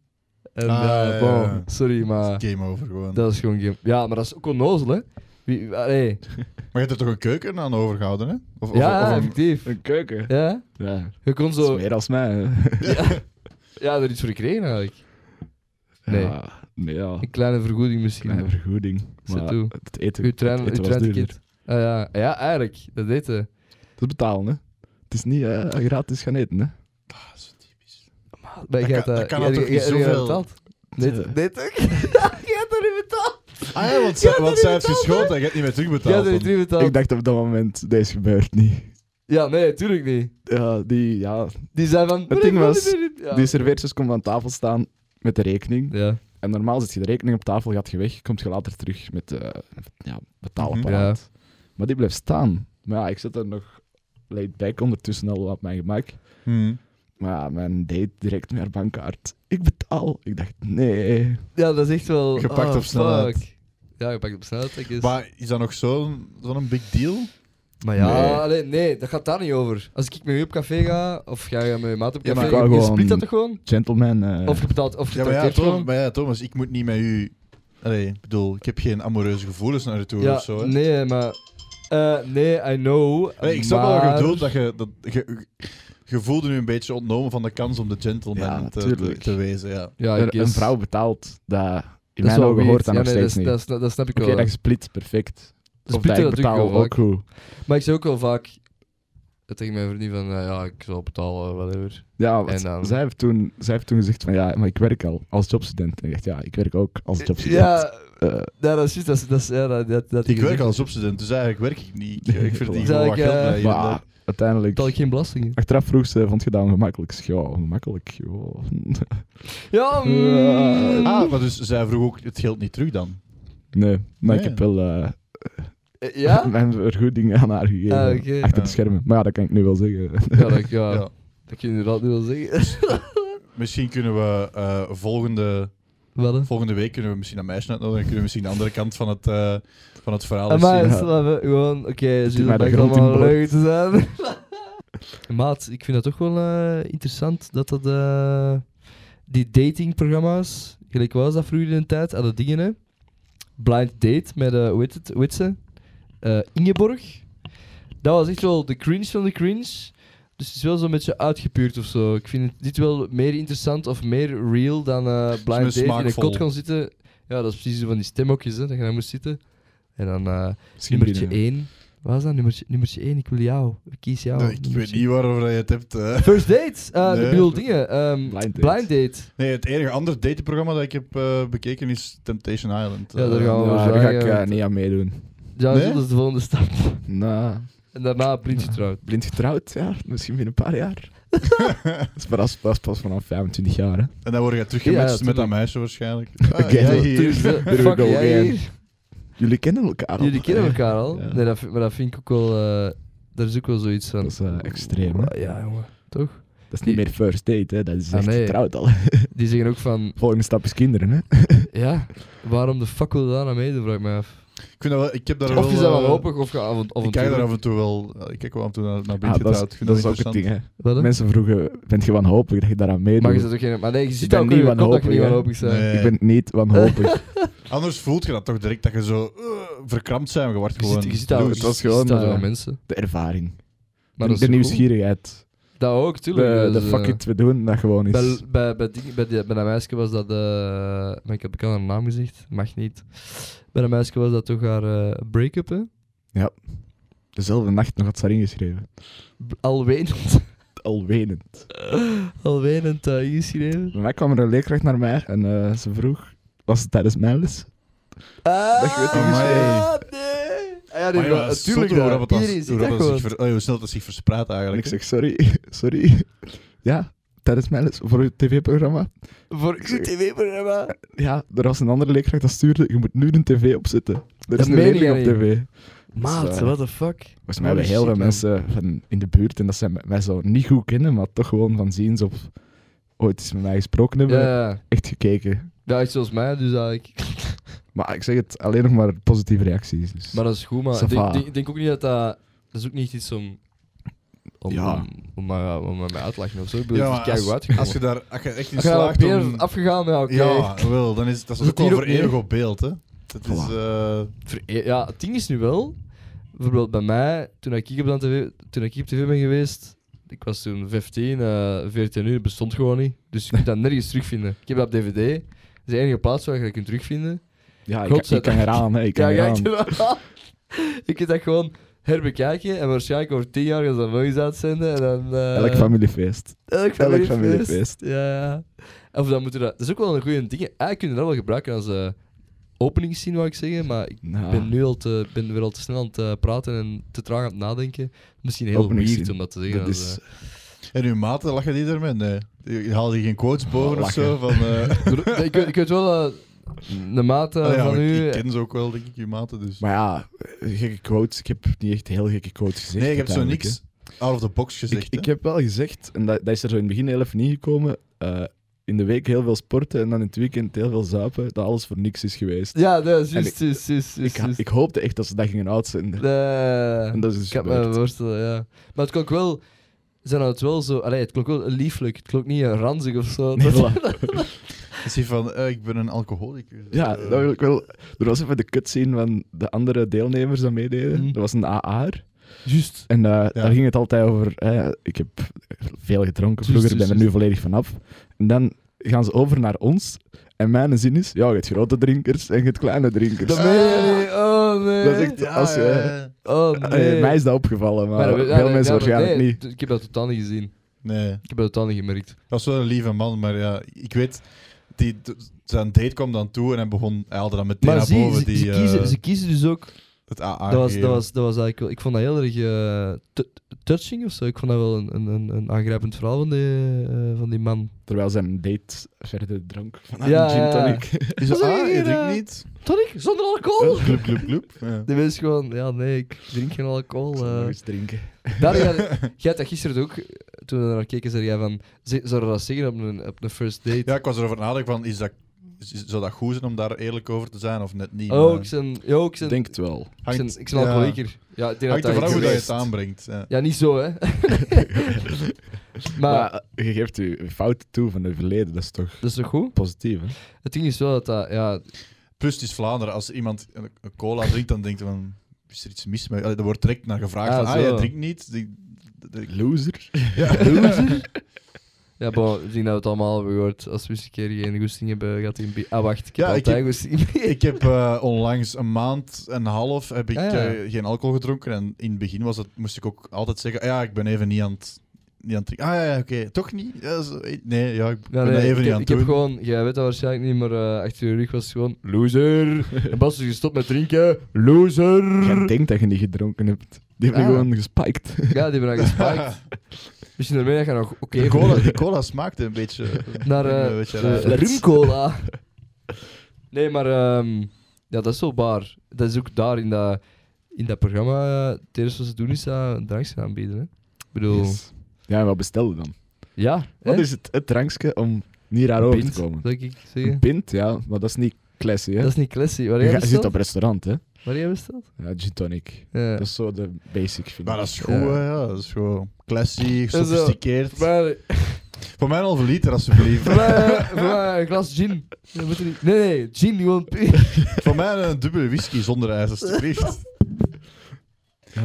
Speaker 2: En
Speaker 3: Ah,
Speaker 2: ja,
Speaker 3: ja,
Speaker 2: wow,
Speaker 3: ja.
Speaker 2: sorry, maar
Speaker 3: Game over gewoon.
Speaker 2: dat is gewoon geen... Ja, maar dat is ook onnozel, hè? Wie, allee,
Speaker 3: Maar je hebt er toch een keuken aan overgehouden, hè? Of, of-
Speaker 2: ja,
Speaker 3: of
Speaker 2: <laughs>
Speaker 3: een-
Speaker 2: effectief.
Speaker 1: Een keuken.
Speaker 2: Ja,
Speaker 1: Ja,
Speaker 2: je kon
Speaker 1: dat is
Speaker 2: zo...
Speaker 1: meer als mij. hè.
Speaker 2: Ja, <laughs> ja, er iets voor gekregen eigenlijk. Nee.
Speaker 1: Ja, nee, ja.
Speaker 2: Een kleine vergoeding misschien.
Speaker 1: Kleine vergoeding.
Speaker 2: Zet
Speaker 1: Maar
Speaker 2: toe.
Speaker 1: het eten,
Speaker 2: Uw trein,
Speaker 1: het
Speaker 2: uw
Speaker 1: eten was duurder.
Speaker 2: treinticket. Ah, ja. ja, eigenlijk. Dat deed hij.
Speaker 1: Dat is betalen, hè. Het is niet eh, gratis gaan eten, hè.
Speaker 3: Ah, zo typisch.
Speaker 2: Maar
Speaker 3: Ah,
Speaker 2: jij
Speaker 3: Dat kan-
Speaker 2: hebt
Speaker 3: dat kan dan toch niet
Speaker 2: jij- jij hebt
Speaker 3: zoveel?
Speaker 2: betaald? Nee,
Speaker 1: Ja.
Speaker 2: toch- nee toch? <laughs> Jij hebt er niet betaald.
Speaker 3: Ah ja, want,
Speaker 2: Ja,
Speaker 3: zij-
Speaker 2: dat
Speaker 3: want
Speaker 2: is
Speaker 3: zij heeft
Speaker 2: betaald,
Speaker 3: geschoten en je hebt niet meer
Speaker 2: Jij
Speaker 3: terugbetaald.
Speaker 2: hebt er niet
Speaker 3: dan.
Speaker 2: betaald.
Speaker 1: Ik dacht op dat moment, deze gebeurt niet.
Speaker 2: Ja, nee, tuurlijk niet.
Speaker 1: Ja, die, ja,
Speaker 2: Die zei van...
Speaker 1: Het ding was,
Speaker 2: Ja.
Speaker 1: die serveertjes komen aan tafel staan met de rekening.
Speaker 2: Ja.
Speaker 1: En normaal zit je de rekening op tafel, gaat je weg, komt je later terug met eh ja,
Speaker 2: Mhm, Ja.
Speaker 1: betaalapparaat. Maar die blijft staan. Maar ja, ik zit er nog laid back ondertussen al op mijn gemak.
Speaker 3: Hmm.
Speaker 1: Maar ja, mijn date direct met haar bankkaart. Ik betaal. Ik dacht, nee.
Speaker 2: ja, dat is echt wel...
Speaker 3: Gepakt
Speaker 2: oh,
Speaker 3: op snelheid.
Speaker 2: fuck. Ja, gepakt op snelheid. dat Is...
Speaker 3: Maar is dat nog zo'n zo'n big deal?
Speaker 2: Maar ja,
Speaker 1: Nee.
Speaker 2: nee. nee, dat gaat daar niet over. Als ik met u op café ga, of ga je met je maat op
Speaker 3: Ja,
Speaker 2: café,
Speaker 3: maar
Speaker 1: ik wou
Speaker 2: je
Speaker 1: gewoon-
Speaker 2: split dat toch gewoon?
Speaker 1: Gentleman. eh,
Speaker 2: Of je betaalt, of je
Speaker 3: Ja, maar ja,
Speaker 2: trakteert
Speaker 3: Thomas,
Speaker 2: gewoon.
Speaker 3: maar ja, Thomas, ik moet niet met u... Allee, ik bedoel, ik heb geen amoureuze gevoelens naar u toe
Speaker 2: ja,
Speaker 3: of zo. Hè.
Speaker 2: nee, maar... eh, nee, I know,
Speaker 3: Allee, ik snap wel wat
Speaker 2: maar-
Speaker 3: je bedoelt, dat je... Dat, je je voelde nu een beetje ontnomen van de kans om de gentleman
Speaker 1: Ja,
Speaker 3: te, te,
Speaker 1: tuurlijk.
Speaker 3: te wezen. Ja.
Speaker 2: Ja,
Speaker 1: er-
Speaker 2: ik
Speaker 1: een
Speaker 2: is-
Speaker 1: vrouw betaalt, dat in
Speaker 2: dat is
Speaker 1: mijn
Speaker 2: wel
Speaker 1: ogen hoort
Speaker 2: weird.
Speaker 1: dat
Speaker 2: Ja,
Speaker 1: nog
Speaker 2: nee,
Speaker 1: steeds
Speaker 2: dat,
Speaker 1: niet.
Speaker 2: is- dat, is- dat, snap ik
Speaker 1: Oké,
Speaker 2: wel.
Speaker 1: dat is split, perfect.
Speaker 2: Dat
Speaker 1: Of
Speaker 2: is
Speaker 1: dat ik
Speaker 2: natuurlijk wel
Speaker 1: betaal,
Speaker 2: vaak.
Speaker 1: ook goed.
Speaker 2: Maar ik zei ook wel vaak eh, tegen mijn vriendin van, eh, ja, ik zal betalen, whatever.
Speaker 1: Ja, want
Speaker 2: En dan-
Speaker 1: zij, heeft toen, zij heeft toen gezegd van ja, maar ik werk al als jobstudent. En ik dacht, ja, ik werk ook als jobstudent.
Speaker 2: Ja,
Speaker 1: Eh,
Speaker 2: ja, dat is juist. Dat, is- dat, is- ja, dat, dat, dat
Speaker 3: Ik werk als opstudent, dus eigenlijk werk ik
Speaker 2: <laughs>
Speaker 3: niet. Ik, ik verdien
Speaker 1: Dus
Speaker 3: gewoon wat
Speaker 2: eigenlijk,
Speaker 3: geld
Speaker 2: eh,
Speaker 3: bij hier en
Speaker 1: maar
Speaker 3: daar.
Speaker 1: uiteindelijk...
Speaker 2: Betaal ik geen belastingen.
Speaker 1: Achteraf vroeg ze, vond je dat ongemakkelijk? Ik zeg, Ja, ongemakkelijk. joh. <laughs>
Speaker 2: Ja, mm.
Speaker 1: Eh,
Speaker 3: Ah, maar dus zij vroeg ook het geld niet terug dan.
Speaker 1: Nee, maar ik
Speaker 3: Nee.
Speaker 1: heb wel eh,
Speaker 2: Eh, ja?
Speaker 1: <laughs> mijn vergoeding aan haar gegeven.
Speaker 2: Ah, oké.
Speaker 1: Achter
Speaker 3: Ah.
Speaker 1: de schermen. Maar ja, dat kan ik nu wel zeggen. <laughs>
Speaker 2: Ja, dat, ja,
Speaker 3: Ja.
Speaker 2: dat kun je inderdaad nu wel zeggen. <laughs>
Speaker 3: <laughs> Misschien kunnen we eh, volgende,
Speaker 2: Wel, hè?
Speaker 3: volgende week kunnen we misschien een meisje uitnodigen. Kunnen we misschien de andere kant van het, eh, van het verhaal
Speaker 2: En
Speaker 3: eens
Speaker 2: maar
Speaker 3: zien.
Speaker 1: ja.
Speaker 2: even, gewoon, oké,
Speaker 1: die
Speaker 2: zie
Speaker 1: mij
Speaker 2: dat
Speaker 1: de
Speaker 2: ik
Speaker 1: grond
Speaker 2: allemaal
Speaker 1: inboort.
Speaker 2: leuk te zijn. <laughs> Maat, ik vind dat toch wel eh, interessant dat dat... eh, die datingprogramma's, gelijk was dat vroeger in de tijd, hadden dingen, hè. Blind Date met, eh hoe heet het, hoe heet ze? Eh, Ingeborg. Dat was echt wel de cringe van de cringe. Dus het is wel zo'n beetje uitgepuurd of zo. Ik vind dit wel meer interessant of meer real dan eh,
Speaker 3: meer
Speaker 2: Blind Date. In een
Speaker 3: smaakvol.
Speaker 2: kot gaan zitten. Ja, dat is precies zo van die stemhokjes, hè, dat je daar moest zitten. En dan... eh,
Speaker 1: Misschien
Speaker 2: Nummertje
Speaker 1: binnen.
Speaker 2: 1. Wat is dat? Nummertje, nummertje 1, ik wil jou. Ik kies jou.
Speaker 3: Nee, ik weet
Speaker 2: Nummertje-
Speaker 3: niet waarover je het hebt. eh.
Speaker 2: First date? Eh
Speaker 3: Nee.
Speaker 2: Ik bedoel dingen. ehm,
Speaker 1: Blind
Speaker 2: blind,
Speaker 1: date.
Speaker 2: date.
Speaker 3: Nee, het enige andere datingprogramma dat ik heb eh, bekeken is Temptation Island.
Speaker 2: Ja, daar
Speaker 3: Eh,
Speaker 2: gaan we.
Speaker 1: Ja, daar ga ik
Speaker 2: Ja,
Speaker 1: eh, niet aan meedoen.
Speaker 2: Ja,
Speaker 3: Nee?
Speaker 2: dat is de volgende stap.
Speaker 1: Nou,
Speaker 2: En daarna prins getrouwd.
Speaker 1: blind getrouwd, ja. Misschien binnen een paar jaar. <laughs> dat is pas, pas, pas vanaf 25 jaar, hè.
Speaker 3: En dan word je teruggematcht
Speaker 2: Ja,
Speaker 3: met dat
Speaker 2: tuurlijk. <laughs>
Speaker 3: meisje waarschijnlijk.
Speaker 1: Oké,
Speaker 3: Ah, jij
Speaker 1: dat-
Speaker 3: hier.
Speaker 2: Dus, eh,
Speaker 1: There we
Speaker 2: fuck
Speaker 1: go
Speaker 2: jij
Speaker 1: again.
Speaker 2: hier.
Speaker 1: Jullie kennen elkaar al.
Speaker 2: Jullie kennen
Speaker 1: hè.
Speaker 2: elkaar al.
Speaker 1: Ja.
Speaker 2: Nee, dat, vind- maar dat vind ik ook wel... eh daar is ook wel zoiets van.
Speaker 1: Dat is eh, extreem, hè.
Speaker 2: Ja, jongen. Toch?
Speaker 1: Dat is niet meer first date, hè. Dat is
Speaker 2: Ah,
Speaker 1: echt
Speaker 2: nee.
Speaker 1: getrouwd al.
Speaker 2: Die zeggen ook van...
Speaker 1: Volgende stap is kinderen, hè.
Speaker 2: Ja, waarom de fuck wil je daar naar meedoen, vraag ik me af.
Speaker 3: <laughs> Ik, vind dat wel, ik heb daar wel...
Speaker 2: Of is dat wel
Speaker 3: eh,
Speaker 2: hopig of geavond...
Speaker 3: Ik kijk daar af en toe wel... eh, Ik kijk wel af en toe naar, naar Blind
Speaker 1: Ah, dat is,
Speaker 3: Getrouwd. Ik vind
Speaker 1: dat is ook het
Speaker 3: interessant.
Speaker 1: ding, hè.
Speaker 2: Wat, hè?
Speaker 1: Mensen vroegen, bent je wanhopig dat je daaraan meedoet?
Speaker 2: Maar je zit ook geen... Maar nee, je
Speaker 1: ben
Speaker 2: ziet dat ook
Speaker 1: niet
Speaker 2: niet wanhopig. Dat je niet
Speaker 1: wanhopig,
Speaker 2: wanhopig bent.
Speaker 3: Nee.
Speaker 1: Ik ben niet
Speaker 2: <laughs>
Speaker 1: wanhopig.
Speaker 3: Anders voelt je dat toch direct, dat je zo eh, verkrampt zijn. Je wordt
Speaker 2: Je
Speaker 3: gewoon...
Speaker 2: ziet, je ziet dat,
Speaker 1: loose. Het was gewoon,
Speaker 2: je ziet dat
Speaker 1: eh,
Speaker 2: wel mensen.
Speaker 1: de ervaring.
Speaker 2: Maar
Speaker 1: de
Speaker 2: dat is goed.
Speaker 1: nieuwsgierigheid.
Speaker 2: Dat ook,
Speaker 1: De,
Speaker 2: tuurlijk.
Speaker 1: de
Speaker 2: dat is,
Speaker 1: fuck
Speaker 2: eh,
Speaker 1: it, we doen dat gewoon eens.
Speaker 2: Bij, bij, bij, die, bij, die- bij dat meisje was dat... eh, maar ik heb ik al haar naam gezegd. Mag niet. Bij dat meisje was dat toch haar eh, break-up, hè?
Speaker 1: Dezelfde nacht nog had ze haar ingeschreven.
Speaker 2: B- Al wenend. <laughs>
Speaker 1: Al wenend.
Speaker 2: Al wenend eh, ingeschreven.
Speaker 1: Bij mij kwam er een leerkracht naar mij en eh, ze vroeg, was het tijdens mijn les?
Speaker 2: Ah,
Speaker 1: Dat je weet
Speaker 3: hoe geschreven.
Speaker 2: nee. Ah, ja,
Speaker 3: Maar
Speaker 2: nee,
Speaker 3: ja,
Speaker 2: maar
Speaker 3: dat is
Speaker 2: natuurlijk.
Speaker 3: zot hoe
Speaker 2: ja.
Speaker 3: dat het dan-
Speaker 2: Iedereen ziet
Speaker 3: hoe dat
Speaker 2: dat
Speaker 3: het zich
Speaker 2: gewoon.
Speaker 3: ver- oh, hoe snel dat zich verspreidt
Speaker 1: En ik
Speaker 3: eigenlijk.
Speaker 1: zeg, sorry, <laughs> sorry. Ja, tijdens mijn les voor het tv-programma.
Speaker 2: Voor uw tv-programma.
Speaker 1: Ja, er was een andere leerkracht dat stuurde, je moet nu een tv opzetten. Er is
Speaker 2: Dat
Speaker 1: een
Speaker 2: meen je
Speaker 1: leerling op
Speaker 2: niet.
Speaker 1: tv.
Speaker 2: Maat,
Speaker 1: Dus, eh,
Speaker 2: what the fuck?
Speaker 1: Volgens mij hebben
Speaker 2: Holy
Speaker 1: heel veel
Speaker 2: shit, man.
Speaker 1: mensen van in de buurt, en dat zijn mij zo niet goed kennen, maar toch gewoon van ziens of ooit eens met mij gesproken hebben,
Speaker 2: Ja, ja.
Speaker 1: echt gekeken.
Speaker 2: dat is zoals mij, dus eigenlijk...
Speaker 1: Maar ik zeg het, alleen nog maar positieve reacties. Dus.
Speaker 2: Maar dat is goed, maar
Speaker 1: Ça
Speaker 2: ik
Speaker 1: va.
Speaker 2: denk, denk, denk ook niet dat dat... Dat is ook niet iets om... Om,
Speaker 1: Ja.
Speaker 2: om, om, mij- om mij uit te lachen of zo. Ik bedoel,
Speaker 3: Ja,
Speaker 2: het is
Speaker 3: maar
Speaker 2: keigoed
Speaker 3: als,
Speaker 2: uitgekomen.
Speaker 3: als je
Speaker 1: Oh.
Speaker 3: daar als je echt in
Speaker 2: Als je daar
Speaker 3: slaagt
Speaker 2: peer
Speaker 3: om...
Speaker 2: afgegaan, ja, oké.
Speaker 3: Ja, wel, dan is dat is
Speaker 2: Doet
Speaker 3: ook wel
Speaker 2: hier
Speaker 3: voor
Speaker 2: ook niet,
Speaker 3: eeuwig
Speaker 2: hè?
Speaker 3: op beeld, hè. Dat is...
Speaker 1: Voilà.
Speaker 3: eh,
Speaker 2: Ver- Ja, het ding is nu wel, bijvoorbeeld bij mij, toen ik op, dan TV, toen ik op tv ben geweest, ik was toen 15, eh 14 uur, bestond gewoon niet. Dus je kunt dat nergens terugvinden. Ik heb dat op DVD. Dat is de enige plaats waar je dat kunt terugvinden.
Speaker 1: ja, ik,
Speaker 2: Godzijdank.
Speaker 1: ik kan eraan, hè, ik kan
Speaker 2: Ja, ja,
Speaker 1: eraan.
Speaker 2: ik heb dat- <laughs> Ik heb dat gewoon herbekijken en waarschijnlijk over 10 jaar gaan ze dat nog eens uitzenden. En dan, eh,
Speaker 1: Elk familiefeest.
Speaker 2: elk
Speaker 1: elk
Speaker 2: familiefeest.
Speaker 1: familiefeest.
Speaker 2: Ja, ja. Of dan moeten we dat... Dat is ook wel een goede ding. Eigenlijk kunnen we dat wel gebruiken als eh openingszin, wou ik zeggen, maar ik
Speaker 1: Nou,
Speaker 2: Ik ben nu al te, ben weer al te snel aan het eh, praten en te traag aan het nadenken. Misschien heel
Speaker 1: Openingszin.
Speaker 2: weird om dat te zeggen.
Speaker 1: dat
Speaker 2: als,
Speaker 1: is...
Speaker 2: eh,
Speaker 3: En uw maten, lachen die ermee? Nee. Die- Haalde die geen quotes boven of
Speaker 1: Oh, Lachen.
Speaker 3: zo? Van,
Speaker 1: <laughs>
Speaker 3: eh, <laughs>
Speaker 2: Nee, ik, weet- ik weet wel eh, de mate
Speaker 1: Oh
Speaker 3: ah ja,
Speaker 2: van
Speaker 3: ik,
Speaker 2: u.
Speaker 3: ik ken ze ook wel, denk ik, uw maten. Dus.
Speaker 1: Maar ja, eh, gekke quotes. Ik heb niet echt heel gekke quotes gezegd.
Speaker 3: nee, je hebt zo
Speaker 1: uiteindelijk,
Speaker 3: niks out of the box
Speaker 1: hè.
Speaker 3: gezegd.
Speaker 1: Ik, ik heb wel gezegd, en dat, dat is er zo in het begin heel even niet gekomen, eh, in de week heel veel sporten en dan in het weekend heel veel zuipen, dat alles voor niks is geweest.
Speaker 2: Ja, nee, juist,
Speaker 1: En
Speaker 2: juist, juist, juist,
Speaker 1: Ik, ha-
Speaker 2: juist.
Speaker 1: ik hoopte echt dat ze dat gingen uitzenden.
Speaker 2: Nee.
Speaker 1: en dat is dus
Speaker 2: Ik heb eh, me
Speaker 1: gebeurd.
Speaker 2: voorstellen, ja. Maar het klonk wel... Zijn het wel zo... Allee, het klonk wel lieflijk. Het klonk niet eh, ranzig of zo. <laughs>
Speaker 1: Nee,
Speaker 2: Dat-
Speaker 1: voilà.
Speaker 3: hè. Is die van, eh, ik ben een alcoholicus.
Speaker 1: Ja,
Speaker 3: Eh,
Speaker 1: dat wil ik wel. Er was even de cutscene van de andere deelnemers dat meededen.
Speaker 2: Mhm.
Speaker 1: Dat was een AA'er.
Speaker 2: Juist.
Speaker 1: En eh, daar ging het altijd over. eh, ik heb veel gedronken vroeger,
Speaker 2: Juist,
Speaker 1: ben er
Speaker 2: juist,
Speaker 1: nu volledig vanaf. En dan gaan ze over naar ons. En mijn zin is: ja, je hebt grote drinkers en je hebt kleine drinkers.
Speaker 2: Dat meen je niet. Oh, nee.
Speaker 1: Ah. Dat is echt- als je-
Speaker 3: ja.
Speaker 2: Oh,
Speaker 1: Eh,
Speaker 2: nee.
Speaker 1: mij is dat opgevallen, maar,
Speaker 2: dat- ja,
Speaker 1: veel
Speaker 2: nee,
Speaker 1: mensen
Speaker 2: ja, maar
Speaker 1: waarschijnlijk
Speaker 2: nee,
Speaker 1: niet.
Speaker 2: Ik heb dat totaal niet gezien.
Speaker 3: Nee.
Speaker 2: Ik heb dat totaal niet gemerkt.
Speaker 3: Dat was wel een lieve man, maar ja, ik weet, die, d- zijn date kwam dan toe en hij begon, hij haalde dan meteen
Speaker 2: Maar
Speaker 3: naar
Speaker 2: zie,
Speaker 3: boven
Speaker 2: ze,
Speaker 3: die,
Speaker 2: ze kiezen,
Speaker 3: eh,
Speaker 2: ze kiezen dus ook.
Speaker 3: het AA.
Speaker 2: dat, was, dat,
Speaker 3: gegeven.
Speaker 2: was, dat was eigenlijk wel. Ik vond dat heel erg eh, tou- touching of zo. Ik vond dat wel een, een- een, een aangrijpend verhaal van die, eh, van die man.
Speaker 1: Terwijl zijn date verder dronk van
Speaker 2: Ja,
Speaker 1: een gin
Speaker 2: ja, ja.
Speaker 1: tonic.
Speaker 2: <laughs>
Speaker 3: Die zo,
Speaker 2: Wat zeg
Speaker 3: ah,
Speaker 2: je
Speaker 3: je
Speaker 2: hier,
Speaker 3: drinkt
Speaker 2: eh?
Speaker 3: niet? Eh,
Speaker 2: Tonic, zonder alcohol?
Speaker 3: Gloep, gloep, gloep. Ja.
Speaker 2: <laughs> Die mensen gewoon, ja, nee, ik drink geen alcohol.
Speaker 1: Ik zal nog
Speaker 2: eh.
Speaker 1: eens drinken.
Speaker 2: Daar, jij, jij had dat gisteren ook, eh, toen we naar keken, zei jij van, ze- zou je dat zeggen op een, op een first date?
Speaker 3: Ja, ik was erover nadenken van, is dat, is, is- zou dat goed zijn om daar eerlijk over te zijn of net niet?
Speaker 2: Oh,
Speaker 3: maar-
Speaker 2: ik ben, ja, ik
Speaker 1: Ik
Speaker 2: ben,
Speaker 1: denk het wel.
Speaker 2: ik ben,
Speaker 3: hangt-
Speaker 2: ik ben
Speaker 3: ja.
Speaker 2: alcoholieker. Ja, ik denk
Speaker 3: Hangt
Speaker 2: dat
Speaker 3: er
Speaker 2: dat
Speaker 3: vanaf hoe
Speaker 2: iets
Speaker 3: dat je
Speaker 2: is.
Speaker 3: het aanbrengt. Ja.
Speaker 2: Ja, niet
Speaker 3: <laughs>
Speaker 2: zo, hè. maar,
Speaker 1: Maar eh, je geeft je fouten toe van het verleden, dat is toch
Speaker 2: dat is toch goed?
Speaker 1: positief, hè?
Speaker 2: Het ding is wel dat dat, ja,
Speaker 3: Plus, het is Vlaanderen. Als iemand een een cola drinkt, dan denkt hij van... Is er iets mis mee? Allee, Er wordt direct naar gevraagd.
Speaker 2: Ah,
Speaker 3: van, ah,
Speaker 2: zo.
Speaker 3: jij drinkt niet. Die- die- die-
Speaker 1: Loser.
Speaker 2: <laughs> Ja, bon, ik denk dat we het allemaal hebben gehoord. Als we eens een keer geen goesting hebben gehad in bier. Ah, wacht, ik heb
Speaker 3: Ja, ik
Speaker 2: altijd
Speaker 3: heb-
Speaker 2: goesting. in bier.
Speaker 3: <laughs> Ik heb eh, onlangs een maand en een half heb ik,
Speaker 2: Ah, ja.
Speaker 3: eh, geen alcohol gedronken. En in het begin was het, moest ik ook altijd zeggen... "Ah Ja, ik ben even niet aan het, niet aan het drinken. Ah ja, ja, oké. Toch niet? Ja, zo- eh, nee, ja, ik
Speaker 2: Ja,
Speaker 3: ben
Speaker 2: nee,
Speaker 3: dat even
Speaker 2: ik,
Speaker 3: niet
Speaker 2: heb,
Speaker 3: aan
Speaker 2: ik
Speaker 3: het
Speaker 2: heb
Speaker 3: doen.
Speaker 2: gewoon, jij weet dat waarschijnlijk niet, maar eh, achter je rug was het gewoon loser. En Bas is gestopt met drinken, loser.
Speaker 1: Jij denkt dat je niet gedronken hebt. Die hebben
Speaker 2: Ah.
Speaker 1: gewoon gespiked.
Speaker 2: Ja, die hebben dan
Speaker 3: <laughs>
Speaker 2: gespiked. Misschien daarmee dat je nog oké
Speaker 3: Die
Speaker 1: <laughs>
Speaker 2: vond.
Speaker 3: cola, die cola smaakte een beetje...
Speaker 2: <laughs> Naar
Speaker 3: een
Speaker 2: eh
Speaker 3: beetje
Speaker 2: eh,
Speaker 3: raar.
Speaker 1: <laughs>
Speaker 2: rumcola. Nee, maar ehm, ja, dat is wel waar. Dat is ook daar in dat, in dat programma. eh, Het eerste wat ze doen is dat een drankje aanbieden. Hè. Ik bedoel,
Speaker 1: Yes. Ja, en wat bestelde dan?
Speaker 2: ja.
Speaker 1: Wat
Speaker 2: hè?
Speaker 1: is het, het drankje om niet raar over
Speaker 2: Pint,
Speaker 1: te komen?
Speaker 2: Zou ik zeggen?
Speaker 1: Een pint, ja, maar dat is niet classy, hè?
Speaker 2: Dat is niet classy. Waar
Speaker 1: je,
Speaker 2: jij
Speaker 1: gaat- je zit op
Speaker 2: besteld?
Speaker 1: restaurant, hè?
Speaker 2: Waar jij besteld?
Speaker 1: Ja, gin tonic.
Speaker 2: Ja.
Speaker 1: Dat is zo de basic, vind ik.
Speaker 3: Maar dat is goed,
Speaker 2: Ja.
Speaker 3: hè, ja. Dat is gewoon classy,
Speaker 2: zo.
Speaker 3: gesofisticeerd.
Speaker 2: Voor mij,
Speaker 3: Voor mij een halve
Speaker 2: <laughs>
Speaker 3: liter, alsjeblieft.
Speaker 2: voor mij- voor mij een glas gin. Nee, moet er niet- nee, nee, gin,
Speaker 1: <laughs>
Speaker 2: gewoon puur.
Speaker 3: Voor mij een dubbele whisky zonder ijs, alstublieft.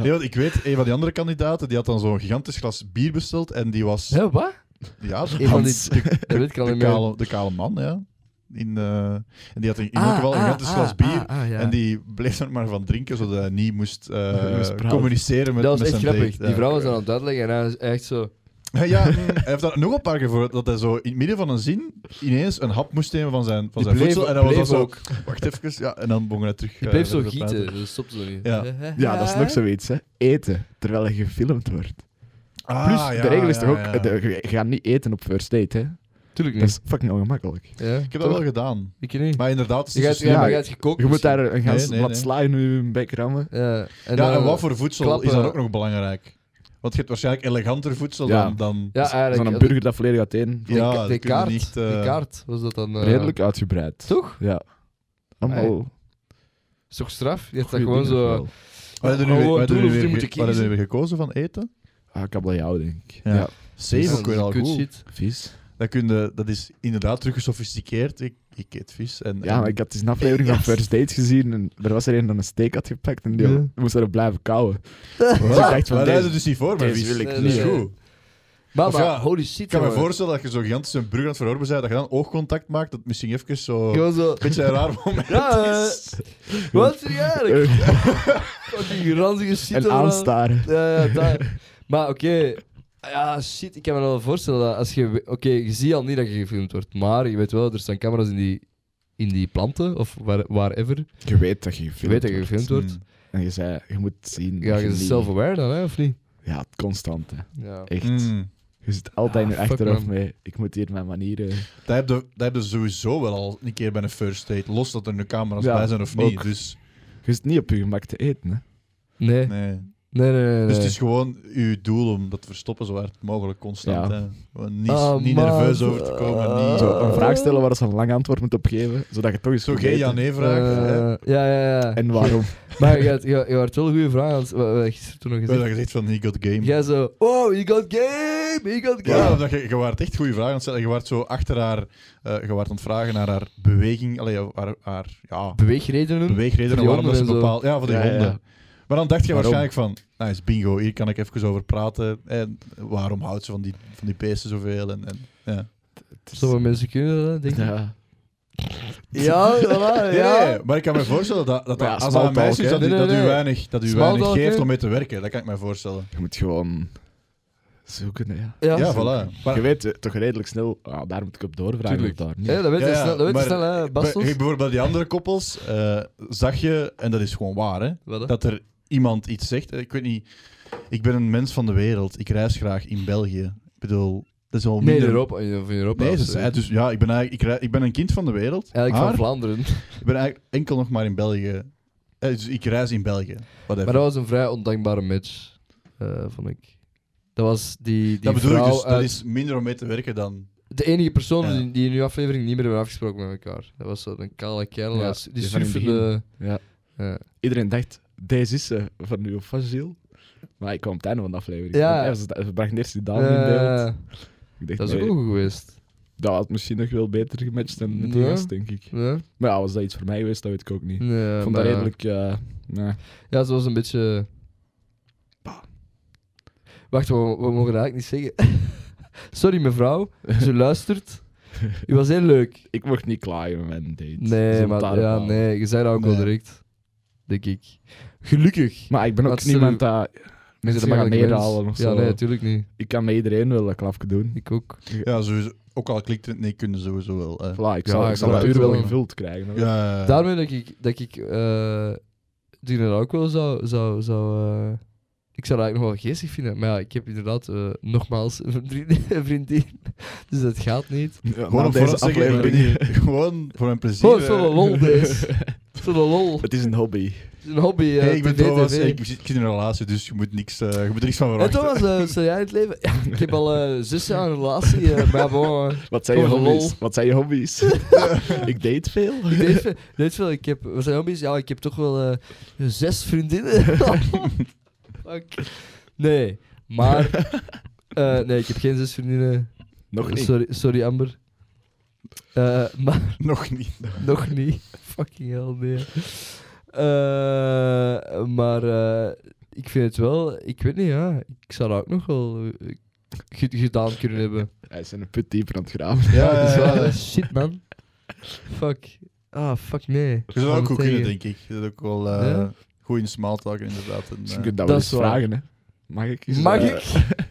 Speaker 3: Nee, want ik weet, een van die andere kandidaten die had dan zo'n gigantisch glas bier besteld en die was.
Speaker 2: Hè, wat?
Speaker 3: Ja,
Speaker 2: Een
Speaker 3: de,
Speaker 1: <laughs>
Speaker 2: van die...
Speaker 1: Hans.
Speaker 2: Dat weet ik al
Speaker 3: de
Speaker 2: niet meer.
Speaker 3: kale, de kale man, ja. In, eh, en die had een, in elk
Speaker 2: Ah,
Speaker 3: geval een
Speaker 2: ah,
Speaker 3: gigantisch
Speaker 2: ah,
Speaker 3: glas bier.
Speaker 2: ah, ah, ja.
Speaker 3: En die bleef er maar van drinken, zodat hij niet moest, eh,
Speaker 1: Hij moest praten.
Speaker 3: communiceren met,
Speaker 2: dat was
Speaker 3: met
Speaker 2: echt
Speaker 3: zijn
Speaker 2: grappig.
Speaker 3: date,
Speaker 2: Die
Speaker 3: ja.
Speaker 2: vrouw was aan het uitleggen en hij is echt zo...
Speaker 3: Ja, ja, mm, hij heeft daar nog een paar keer voor dat hij zo in het midden van een zin ineens een hap moest nemen van zijn,
Speaker 2: Die
Speaker 3: van zijn
Speaker 2: bleef,
Speaker 3: voedsel. En dan was
Speaker 2: bleef
Speaker 3: dat zo,
Speaker 2: ook.
Speaker 3: wacht even, ja, en dan begon hij terug.
Speaker 2: Die
Speaker 3: eh,
Speaker 2: bleef zo
Speaker 3: verder praten.
Speaker 2: gieten, dus dat stopte zo niet.
Speaker 3: Ja.
Speaker 1: Ja, dat is nog zoiets, hè? Eten terwijl je gefilmd wordt.
Speaker 3: Ah,
Speaker 1: Plus,
Speaker 3: ja,
Speaker 1: de regel is
Speaker 3: ja,
Speaker 1: toch ook:
Speaker 3: ja.
Speaker 1: de- je je gaat niet eten op first date, hè?
Speaker 2: Tuurlijk
Speaker 1: Dat is
Speaker 2: niet.
Speaker 1: fucking ongemakkelijk.
Speaker 2: Ja,
Speaker 3: Ik heb dat wel gedaan.
Speaker 2: Ik niet.
Speaker 3: Maar inderdaad, het
Speaker 2: Je
Speaker 3: is
Speaker 2: gaat,
Speaker 3: dus
Speaker 1: ja,
Speaker 2: ja, maar
Speaker 1: je-
Speaker 2: je gaat gekookt.
Speaker 1: Je moet daar een gans
Speaker 3: Nee, nee,
Speaker 1: wat
Speaker 3: nee.
Speaker 1: sla in je bek rammen.
Speaker 2: Ja, en,
Speaker 3: Ja, en
Speaker 2: dan-
Speaker 3: wat voor voedsel
Speaker 2: klappen.
Speaker 3: is dan ook nog belangrijk? Want je hebt waarschijnlijk eleganter voedsel
Speaker 1: Ja.
Speaker 3: dan... dan
Speaker 2: Ja,
Speaker 1: Zo'n
Speaker 2: eigenlijk.
Speaker 1: een burger dat volledig uiteen.
Speaker 2: Die,
Speaker 3: Ja,
Speaker 2: die
Speaker 3: dat kunnen
Speaker 2: kaart,
Speaker 3: niet, eh,
Speaker 2: die kaart was dat dan. eh,
Speaker 1: Redelijk uitgebreid.
Speaker 2: Toch?
Speaker 1: Ja. Allemaal.
Speaker 2: Is toch straf? Je hebt dat
Speaker 1: goeie
Speaker 2: gewoon
Speaker 1: dingen
Speaker 2: zo.
Speaker 1: wel.
Speaker 3: Wat hebben we
Speaker 1: Oh,
Speaker 2: Gewoon
Speaker 3: nu weer- wat hebben
Speaker 2: doen
Speaker 3: we nu
Speaker 2: of die
Speaker 3: weer
Speaker 2: moeten
Speaker 3: ge- wat
Speaker 2: kiezen?
Speaker 3: hebben we weer gekozen van eten?
Speaker 1: Ah, kabeljauw, denk ik.
Speaker 3: Ja.
Speaker 1: Ja.
Speaker 3: Zeven
Speaker 2: Ja,
Speaker 3: ook weer
Speaker 2: dat
Speaker 3: al
Speaker 2: is kut
Speaker 3: goed.
Speaker 2: shit.
Speaker 1: Vies.
Speaker 3: Dat, kun je, dat is inderdaad terug gesofisticeerd. Ik, ik eet vis. En,
Speaker 1: Ja, maar ik had dus een aflevering van First Dates gezien en er was er een dat een steak had gepakt en die
Speaker 2: Ja.
Speaker 1: had- moest erop blijven kauwen.
Speaker 3: Wat?
Speaker 1: Dus ik dacht van,
Speaker 3: Maar
Speaker 1: deze-
Speaker 3: daar is het dus niet voor, maar
Speaker 1: deze
Speaker 3: vis.
Speaker 1: wil ik
Speaker 3: dat is
Speaker 2: niet.
Speaker 3: goed.
Speaker 2: Maar,
Speaker 3: Of
Speaker 2: maar,
Speaker 3: ja,
Speaker 2: holy shit.
Speaker 3: Ik kan me
Speaker 2: jongen.
Speaker 3: voorstellen dat je zo gigantisch een brug aan het verhoren bent, dat je dan oogcontact maakt, dat het misschien even zo... Een
Speaker 2: Gewoon zo.
Speaker 3: <laughs> beetje een raar
Speaker 1: <laughs>
Speaker 3: moment
Speaker 2: Ja,
Speaker 3: is.
Speaker 2: Wat is er hier eigenlijk?
Speaker 1: Eh,
Speaker 3: <laughs>
Speaker 2: Wat die ranzige shit.
Speaker 1: en
Speaker 2: allemaal.
Speaker 1: aanstaren.
Speaker 2: Ja, ja, dat. Maar oké. Ja, shit. Ik kan me wel voorstellen dat als je. we- Oké, je ziet al niet dat je gefilmd wordt. Maar je weet wel, er staan camera's in die, in die planten of waar, wherever.
Speaker 1: Je weet dat je
Speaker 2: Je
Speaker 1: gefilmd
Speaker 2: weet dat je gefilmd wordt.
Speaker 3: Hmm.
Speaker 1: En je zei, je moet zien.
Speaker 2: Ja,
Speaker 1: dat
Speaker 2: je bent
Speaker 1: niet-
Speaker 2: self-aware dan, hè, of niet?
Speaker 1: Ja, constant. Hè.
Speaker 2: Ja.
Speaker 1: Echt.
Speaker 3: Hmm.
Speaker 1: Je zit altijd
Speaker 2: Mm. Ah,
Speaker 1: in je
Speaker 2: fuck,
Speaker 1: achterhoofd
Speaker 2: man.
Speaker 1: mee. Ik moet hier mijn manieren...
Speaker 3: Dat heb, je, dat heb je sowieso wel al een keer bij een first date. Los dat er nu camera's
Speaker 1: Ja,
Speaker 3: bij zijn of niet.
Speaker 1: ook.
Speaker 3: Dus,
Speaker 1: Je zit niet op je gemak te eten, hè.
Speaker 2: Nee. Nee,
Speaker 3: nee.
Speaker 2: nee, nee. nee.
Speaker 3: dus
Speaker 1: Eh,
Speaker 3: het is gewoon uw doel om dat te verstoppen zo hard mogelijk constant.
Speaker 1: Ja.
Speaker 3: hè. Gewoon Niet,
Speaker 2: Ah,
Speaker 3: niet
Speaker 2: man.
Speaker 3: nerveus over te komen. Niet,
Speaker 1: Zo, een
Speaker 2: Eh.
Speaker 1: vraag stellen waar ze een lang antwoord moet op geven, zodat je toch eens
Speaker 3: zo
Speaker 1: goed
Speaker 3: geen
Speaker 1: weet, hè.
Speaker 3: ja-nee-vraag. hè.
Speaker 2: Eh, ja, ja, ja.
Speaker 1: En waarom?
Speaker 2: Maar je had, je, je had wel een goede vraag. Want, wat, wat gisteren toen nog
Speaker 3: Wel, Dat
Speaker 2: gezegd.
Speaker 3: je zegt van, he got game.
Speaker 2: Jij zo, oh, you got game, you got
Speaker 3: Ja,
Speaker 2: game.
Speaker 3: of dat je, je waart echt goede vragen aan het stellen. Je waart zo achter haar, eh, je waart aan het vragen naar haar beweging, allee, haar, haar, ja,
Speaker 2: Beweegredenen.
Speaker 3: beweegredenen
Speaker 2: Voor die
Speaker 3: waarom dat ze
Speaker 2: honden en zo.
Speaker 3: bepaald... Ja, voor die
Speaker 1: Ja, ja.
Speaker 3: honden. Maar dan dacht je
Speaker 1: Waarom?
Speaker 3: waarschijnlijk van, nou is bingo, hier kan ik even over praten. En waarom houdt ze van die, van die beesten zoveel? En, en, ja.
Speaker 2: Sommige mensen kunnen dat, denk ik. Ja,
Speaker 1: Ja.
Speaker 2: voilà,
Speaker 3: Nee,
Speaker 2: ja.
Speaker 3: nee, maar ik kan me voorstellen dat, dat,
Speaker 1: Maar ja,
Speaker 3: als dat een
Speaker 1: smalltalk,
Speaker 3: meisje is,
Speaker 1: hè?
Speaker 3: dat, u-
Speaker 2: Nee, nee,
Speaker 3: dat u
Speaker 2: nee.
Speaker 3: weinig, dat u
Speaker 2: Smalltalk,
Speaker 3: weinig geeft
Speaker 2: hè?
Speaker 3: om mee te werken. Dat kan ik me voorstellen.
Speaker 1: Je moet gewoon zoeken, hè, ja.
Speaker 2: Ja,
Speaker 3: Ja, voilà. Maar-
Speaker 1: je weet eh, toch redelijk snel, ah, daar moet ik op doorvragen.
Speaker 2: Tuurlijk.
Speaker 1: of Daar, niet.
Speaker 2: Ja, dat weet je nou
Speaker 3: Ja, ja,
Speaker 2: snel, dat weet je
Speaker 3: maar-
Speaker 2: snel hè,
Speaker 3: Bij-
Speaker 2: eh, Bastos.
Speaker 3: Bijvoorbeeld bij die andere koppels eh, zag je, en dat is gewoon waar, hè,
Speaker 2: Wat, hè?
Speaker 3: dat er iemand iets zegt. Eh, Ik weet niet, ik ben een mens van de wereld. Ik reis graag in België. Ik bedoel, dat is al
Speaker 2: Nee, in
Speaker 3: minder...
Speaker 2: Europa. In of in Europa
Speaker 3: Nee,
Speaker 2: of
Speaker 3: ze
Speaker 2: zo.
Speaker 3: zei dus ja, ik ben, eigenlijk, ik, rei- ik ben een kind van de wereld.
Speaker 2: Eigenlijk
Speaker 3: maar
Speaker 2: van Vlaanderen.
Speaker 3: <laughs> ik ben eigenlijk enkel nog maar in België. Eh, dus ik reis in België. Whatever.
Speaker 2: Maar dat was een vrij ondankbare match, eh, vond ik. Dat was die, die
Speaker 3: dat bedoel ik
Speaker 2: vrouw
Speaker 3: dus, dat
Speaker 2: uit-
Speaker 3: is minder om mee te werken dan...
Speaker 2: De enige persoon
Speaker 3: Ja.
Speaker 2: die, die in uw aflevering niet meer hebben afgesproken met elkaar. Dat was zo'n kale kerel.
Speaker 1: Ja,
Speaker 2: dat- die
Speaker 1: die van in het
Speaker 2: surfende...
Speaker 1: Ja.
Speaker 2: Ja.
Speaker 1: Iedereen dacht, deze is ze van nu of van Gilles. Maar ik kwam op het einde van de aflevering.
Speaker 2: Ja.
Speaker 1: Want hij was- Hij bracht eerst die dame in beeld.
Speaker 2: Eh,
Speaker 1: Ik dacht,
Speaker 2: dat is
Speaker 1: nee,
Speaker 2: ook goed geweest.
Speaker 1: dat had misschien nog wel beter gematcht dan met die
Speaker 2: Ja.
Speaker 1: gast, denk ik.
Speaker 2: Nee?
Speaker 1: Maar ja, was dat iets voor mij geweest, dat weet ik ook niet.
Speaker 2: Nee,
Speaker 1: ik vond
Speaker 2: maar-
Speaker 1: dat redelijk... eh, nee.
Speaker 2: Ja, ze was een beetje... Wacht, we, we mogen dat eigenlijk niet zeggen. <laughs> Sorry mevrouw, als
Speaker 3: <laughs>
Speaker 2: u luistert. U was heel leuk.
Speaker 1: Ik mocht niet klaaien met mijn date.
Speaker 2: Nee,
Speaker 1: Zullen we
Speaker 2: maar
Speaker 1: het daarop
Speaker 2: ja,
Speaker 1: houden?
Speaker 2: nee, je zei dat ook al
Speaker 3: Nee.
Speaker 2: direct. Denk ik. Gelukkig.
Speaker 1: Maar ik ben ook
Speaker 2: Wat zullen
Speaker 1: niemand dat...
Speaker 2: Mensen
Speaker 1: gaan
Speaker 2: makkelijk
Speaker 1: neerhalen
Speaker 2: mens.
Speaker 1: of
Speaker 2: Ja,
Speaker 1: zo.
Speaker 2: nee, natuurlijk niet.
Speaker 1: Ik kan met iedereen wel een klapje doen.
Speaker 2: Ik ook.
Speaker 3: Ja, sowieso, ook al klikt het, nee, kunnen sowieso wel. eh.
Speaker 1: Voilà, ik
Speaker 2: Ja,
Speaker 1: zal, ik
Speaker 2: ik
Speaker 1: zal
Speaker 3: zal
Speaker 1: dat
Speaker 3: het
Speaker 1: uur wel
Speaker 2: doen.
Speaker 1: gevuld krijgen. hoor.
Speaker 3: Ja,
Speaker 2: Daarmee dat ik, dat ik eh die dat ook wel zou... zou, zou eh, ik zou dat eigenlijk nog wel geestig vinden. Maar ja, ik heb inderdaad eh, nogmaals <laughs> een vriendin, een vriendin. Dus dat gaat niet.
Speaker 1: Ja,
Speaker 3: Gewoon
Speaker 1: na
Speaker 3: op
Speaker 1: deze
Speaker 3: voorhand zeggen, ik ben
Speaker 1: aflevering.
Speaker 3: hier <laughs> gewoon voor mijn plezier. eh.
Speaker 2: Oh, zo'n lol deze. Zo'n lol.
Speaker 1: <laughs> Het is een hobby.
Speaker 2: Het is Een hobby. eh,
Speaker 3: <laughs> Hey, ik ben
Speaker 2: tv,
Speaker 3: Thomas,
Speaker 2: tv.
Speaker 3: hey, ik zit ik zit in een relatie, dus je moet, niks, eh, je moet er niks van
Speaker 2: Hey,
Speaker 3: verwachten.
Speaker 2: Thomas, eh, wat zou jij in het leven? Ja, ik heb al eh zes jaar een relatie, eh, maar bon, eh,
Speaker 1: <laughs> Wat zijn je
Speaker 2: Gewoon
Speaker 1: hobby's?
Speaker 2: lol.
Speaker 1: Wat zijn je
Speaker 2: <laughs>
Speaker 1: hobby's? <laughs> ik date veel.
Speaker 2: ik deed veel, deed veel. Ik heb, wat zijn hobby's? Ja, ik heb toch wel eh, zes vriendinnen.
Speaker 1: <laughs>
Speaker 2: Fuck. Nee, maar...
Speaker 1: <laughs>
Speaker 2: eh, nee, ik heb geen zes vriendinnen.
Speaker 1: Nog niet.
Speaker 2: Sorry, sorry Amber. Eh, maar <laughs>
Speaker 3: <laughs> Nog niet.
Speaker 2: nog niet. Fucking hell, nee. Eh, maar eh, ik vind het wel... Ik weet niet, ja. Ik zou dat ook nog wel eh, ge- gedaan kunnen hebben.
Speaker 1: Hij is in een put dieper aan het graven.
Speaker 3: Ja,
Speaker 2: Oh, Dat
Speaker 3: ja,
Speaker 2: is
Speaker 3: ja,
Speaker 2: wel
Speaker 3: ja.
Speaker 2: shit, man. Fuck. Ah, fuck nee.
Speaker 3: Je zou dat ook
Speaker 2: Kom
Speaker 3: goed kunnen,
Speaker 2: tegen.
Speaker 3: denk ik. Je bent ook wel eh,
Speaker 2: Ja?
Speaker 3: goed in smalltalk, inderdaad. En,
Speaker 1: Misschien kun
Speaker 3: eh,
Speaker 1: Dus je dat
Speaker 2: Dat
Speaker 1: wel
Speaker 2: is
Speaker 1: eens
Speaker 2: waar.
Speaker 1: vragen, hè. Mag ik? eens,
Speaker 2: Mag
Speaker 1: eh,
Speaker 2: ik? <laughs>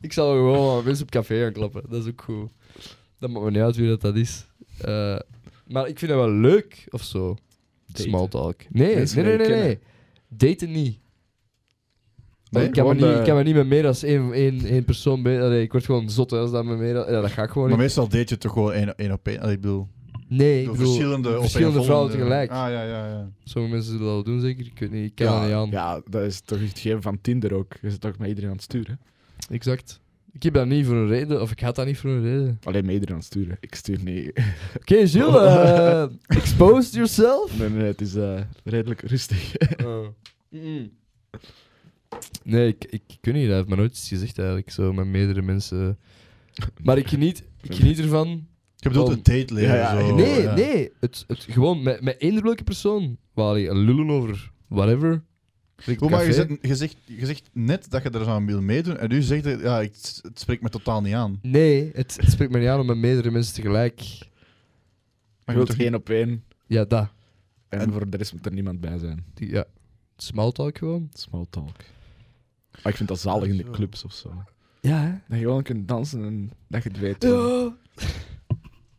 Speaker 2: Ik zal gewoon wel mensen op café gaan klappen. Dat is ook goed. Dat maakt me niet uit wie dat, dat is. Eh, maar ik vind dat wel leuk, of zo.
Speaker 1: daten?
Speaker 2: Smalltalk. Nee, nee,
Speaker 1: Mensen
Speaker 2: nee, nee.
Speaker 1: leren
Speaker 2: nee. Daten niet.
Speaker 1: Nee,
Speaker 2: ik, kan me
Speaker 1: gewoon
Speaker 2: niet,
Speaker 1: de-
Speaker 2: ik
Speaker 3: eh,
Speaker 2: kan me niet met meer dan één, één, één persoon bij. Allee, ik word gewoon zot hè, als dat met meer. dan- Ja, dat ga ik gewoon
Speaker 3: Maar
Speaker 2: niet.
Speaker 3: meestal deed je het toch gewoon één één op één? Allee, Ik bedoel,
Speaker 2: Nee, ik
Speaker 3: door
Speaker 2: bedoel,
Speaker 3: verschillende, op
Speaker 2: verschillende
Speaker 3: één
Speaker 2: vrouwen
Speaker 3: volgende-
Speaker 2: tegelijk.
Speaker 3: Ah, ja, ja, ja.
Speaker 2: Sommige mensen zullen dat wel doen, zeker. Ik weet niet, ik ken dat niet aan.
Speaker 1: Ja, dat is toch het gegeven van Tinder ook. Je zit toch met iedereen aan het sturen.
Speaker 2: Exact. Ik heb dat niet voor een reden, of ik had dat niet voor een reden.
Speaker 1: Alleen met iedereen aan het sturen. Ik stuur niet.
Speaker 2: <laughs>
Speaker 1: <laughs>
Speaker 2: Oké, Gilles, eh, expose yourself. <laughs>
Speaker 1: Nee, nee, het is eh, redelijk rustig. <laughs>
Speaker 2: Oh. Nee, ik, ik, ik weet niet, dat heeft me nooit iets gezegd eigenlijk, zo met meerdere mensen. Maar ik geniet, ik geniet ervan.
Speaker 3: Je bedoelt
Speaker 2: Om-
Speaker 3: het date
Speaker 1: Ja,
Speaker 3: leven.
Speaker 1: ja,
Speaker 3: zo,
Speaker 2: nee,
Speaker 3: ja.
Speaker 2: nee, het, het, gewoon met, met één leuke persoon. Waar je lullen over whatever. Drink
Speaker 3: Hoe maar je
Speaker 2: café.
Speaker 3: zegt, je, zegt, je zegt net dat je er zo aan wil meedoen en nu zegt je, ja, ik, het spreekt me totaal niet aan.
Speaker 2: Nee, het, het spreekt me niet aan om met meerdere mensen tegelijk.
Speaker 1: Je
Speaker 3: Maar je moet
Speaker 1: wilt
Speaker 3: toch
Speaker 1: één op één.
Speaker 2: Ja, dat.
Speaker 1: En,
Speaker 3: En-
Speaker 1: voor de rest moet er niemand bij zijn.
Speaker 2: Die, ja. Small talk gewoon.
Speaker 1: Small talk. Maar ik vind dat zalig in de
Speaker 3: Zo.
Speaker 1: clubs of zo.
Speaker 2: Ja, hè?
Speaker 1: Dat je gewoon kunt dansen en dat je het weet.
Speaker 2: Ja.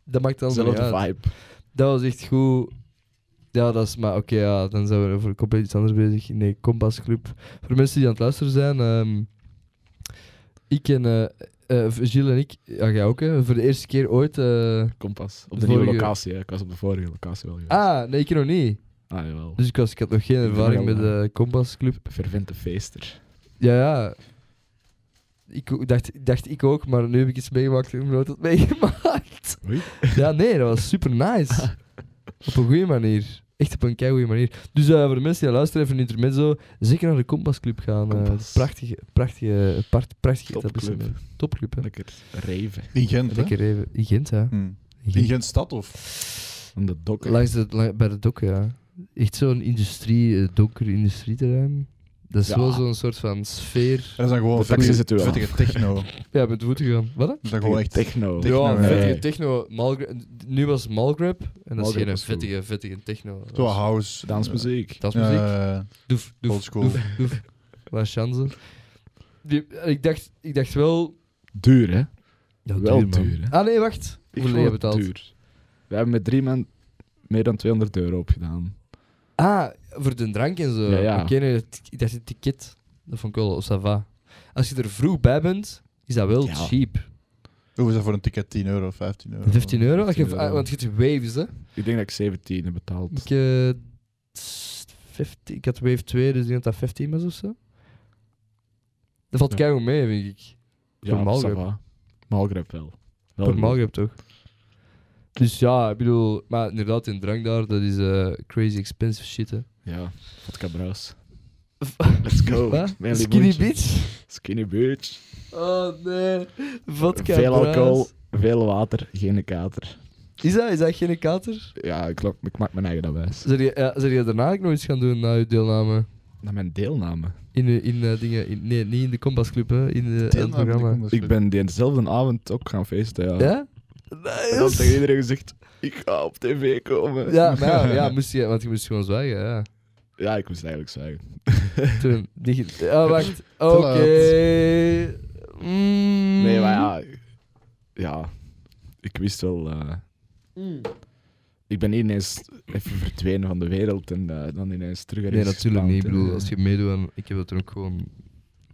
Speaker 2: Dat maakt dan niet
Speaker 1: Zelfde
Speaker 2: uit.
Speaker 1: vibe.
Speaker 2: Dat was echt goed. Ja, dat is maar oké. ja, dan zijn we over compleet iets anders bezig in de Compass Club. Voor mensen die aan het luisteren zijn, ehm, ik en eh, eh, Gilles en ik, ja, jij ook, hè, voor de eerste keer ooit. eh,
Speaker 1: Kompas. Op
Speaker 2: De
Speaker 1: de nieuwe
Speaker 2: vorige.
Speaker 1: locatie. Hè. Ik was op de vorige locatie wel geweest.
Speaker 2: ah, nee, ik nog niet.
Speaker 1: Ah, jawel.
Speaker 2: Dus ik, was, ik had nog geen
Speaker 1: ben
Speaker 2: ervaring
Speaker 1: wel,
Speaker 2: met de Compass Club.
Speaker 1: Vervente feester.
Speaker 2: Ja, ja. Ik ook- dacht, ik dacht ik ook, maar nu heb ik iets meegemaakt en ik heb nooit wat meegemaakt.
Speaker 1: Oei.
Speaker 2: Ja, nee, dat was super nice. op een goede manier. Echt op een keigoede manier. Dus eh, voor de mensen die dat luisteren, even een intermezzo, zeker naar de Compass Club gaan. eh,
Speaker 1: Kompas.
Speaker 2: prachtige, prachtige, part, prachtige
Speaker 1: Topclub.
Speaker 2: etablissement. Topclub, hè.
Speaker 1: Lekker raven.
Speaker 3: In Gent, hè?
Speaker 2: Lekker even. In Gent, ja.
Speaker 3: Hmm.
Speaker 2: In
Speaker 3: In
Speaker 2: Gent.
Speaker 3: Gent stad of?
Speaker 1: Aan de dokken.
Speaker 2: Langs de, lang- bij de dokken, ja. Echt zo'n industrie, eh, donker industrieterrein. Dat is
Speaker 1: Ja.
Speaker 2: wel zo'n soort van sfeer.
Speaker 3: Dat is dan gewoon
Speaker 1: De taxi zit er
Speaker 3: vettige,
Speaker 1: wel.
Speaker 3: vettige
Speaker 1: <laughs>
Speaker 3: techno. Dat
Speaker 2: Ja, met de voeten gaan. Wat? hè?
Speaker 3: is dan gewoon echt...
Speaker 1: techno.
Speaker 3: Techno,
Speaker 2: ja,
Speaker 3: hè.
Speaker 2: vettige techno. Malgra- nu was Malgrab. En dat
Speaker 1: Malgrab
Speaker 2: is geen
Speaker 1: was goed.
Speaker 2: vettige, vettige techno. Dat
Speaker 3: Zo
Speaker 2: is-
Speaker 3: house.
Speaker 1: Dansmuziek.
Speaker 2: dat is
Speaker 3: Eh,
Speaker 2: muziek.
Speaker 3: eh,
Speaker 2: doef, doef,
Speaker 3: oldschool.
Speaker 2: doef, doef. Waar is Jansen? Die- eh, Ik dacht, ik dacht wel...
Speaker 1: Duur, hè? Wel
Speaker 2: man.
Speaker 1: duur, hè?
Speaker 2: Ah nee, wacht. Hoeveel heb je betaald?
Speaker 1: Duur. We hebben met drie man meer dan 200 euro opgedaan.
Speaker 2: Ah, voor de drank en zo.
Speaker 1: Ja, ja.
Speaker 2: Oké, nee, het- ik dacht het ticket. Dat vond ik wel op Sava. Als je er vroeg bij bent, is dat wel
Speaker 1: Ja.
Speaker 2: cheap.
Speaker 3: Hoeveel is dat voor een ticket? 10 euro, 15 euro?
Speaker 2: 15 euro? als je-
Speaker 1: 15 euro.
Speaker 2: Want je hebt waves, hè?
Speaker 1: Ik denk dat ik 17 heb betaald.
Speaker 2: Ik, eh, s- 15, ik had wave 2, dus ik denk dat dat 15 was of zo. Dat valt
Speaker 1: Ja.
Speaker 2: keihard mee, vind ik.
Speaker 1: ja,
Speaker 2: voor Malgrab.
Speaker 1: ça va. Malgrab wel. wel
Speaker 2: Voor
Speaker 1: goed.
Speaker 2: Malgrab toch? Dus ja, ik bedoel, maar inderdaad, in drank daar, dat is eh, crazy expensive shit, hè.
Speaker 1: Ja, vodka bruis. <laughs> Let's go.
Speaker 2: Wat?
Speaker 1: Mijn
Speaker 2: Skinny
Speaker 1: limoentje.
Speaker 2: Beach?
Speaker 1: Skinny bitch.
Speaker 2: Oh nee, vodka.
Speaker 1: veel
Speaker 2: bruis.
Speaker 1: alcohol, veel water, geen kater.
Speaker 2: Is dat, is dat geen kater?
Speaker 1: Ja, ik, geloof- ik maak mijn eigen advies.
Speaker 2: Zou je, ja, zou je daarna ook nog iets gaan doen na je deelname?
Speaker 1: Naar mijn deelname.
Speaker 2: In, eh, in eh, dingen, in, nee, niet in de Compass Club, hè? In de,
Speaker 3: Deel
Speaker 2: het
Speaker 3: nou,
Speaker 2: programma.
Speaker 3: kom, dat is
Speaker 1: Dus Ik ben diezelfde avond ook gaan feesten, ja.
Speaker 2: Ja?
Speaker 1: En dan tegen
Speaker 2: Nice.
Speaker 1: iedereen gezegd, ik ga op tv komen.
Speaker 2: Ja, maar ja, ja, moest je, want je moest gewoon zwijgen, ja.
Speaker 1: <laughs> Ja, ik moest eigenlijk zeggen.
Speaker 2: Toen, niet, oh, wacht. Oké.
Speaker 3: laat.
Speaker 2: Mm.
Speaker 1: Nee, maar ja... Ja, ik wist wel... eh,
Speaker 2: Mm.
Speaker 1: ik ben niet ineens even verdwenen van de wereld en eh, dan ineens terug
Speaker 2: Nee,
Speaker 1: ergens
Speaker 2: natuurlijk
Speaker 1: gepland,
Speaker 2: niet. Ik
Speaker 1: hè.
Speaker 2: bedoel, als je meedoet, en ik heb dat toen ook gewoon...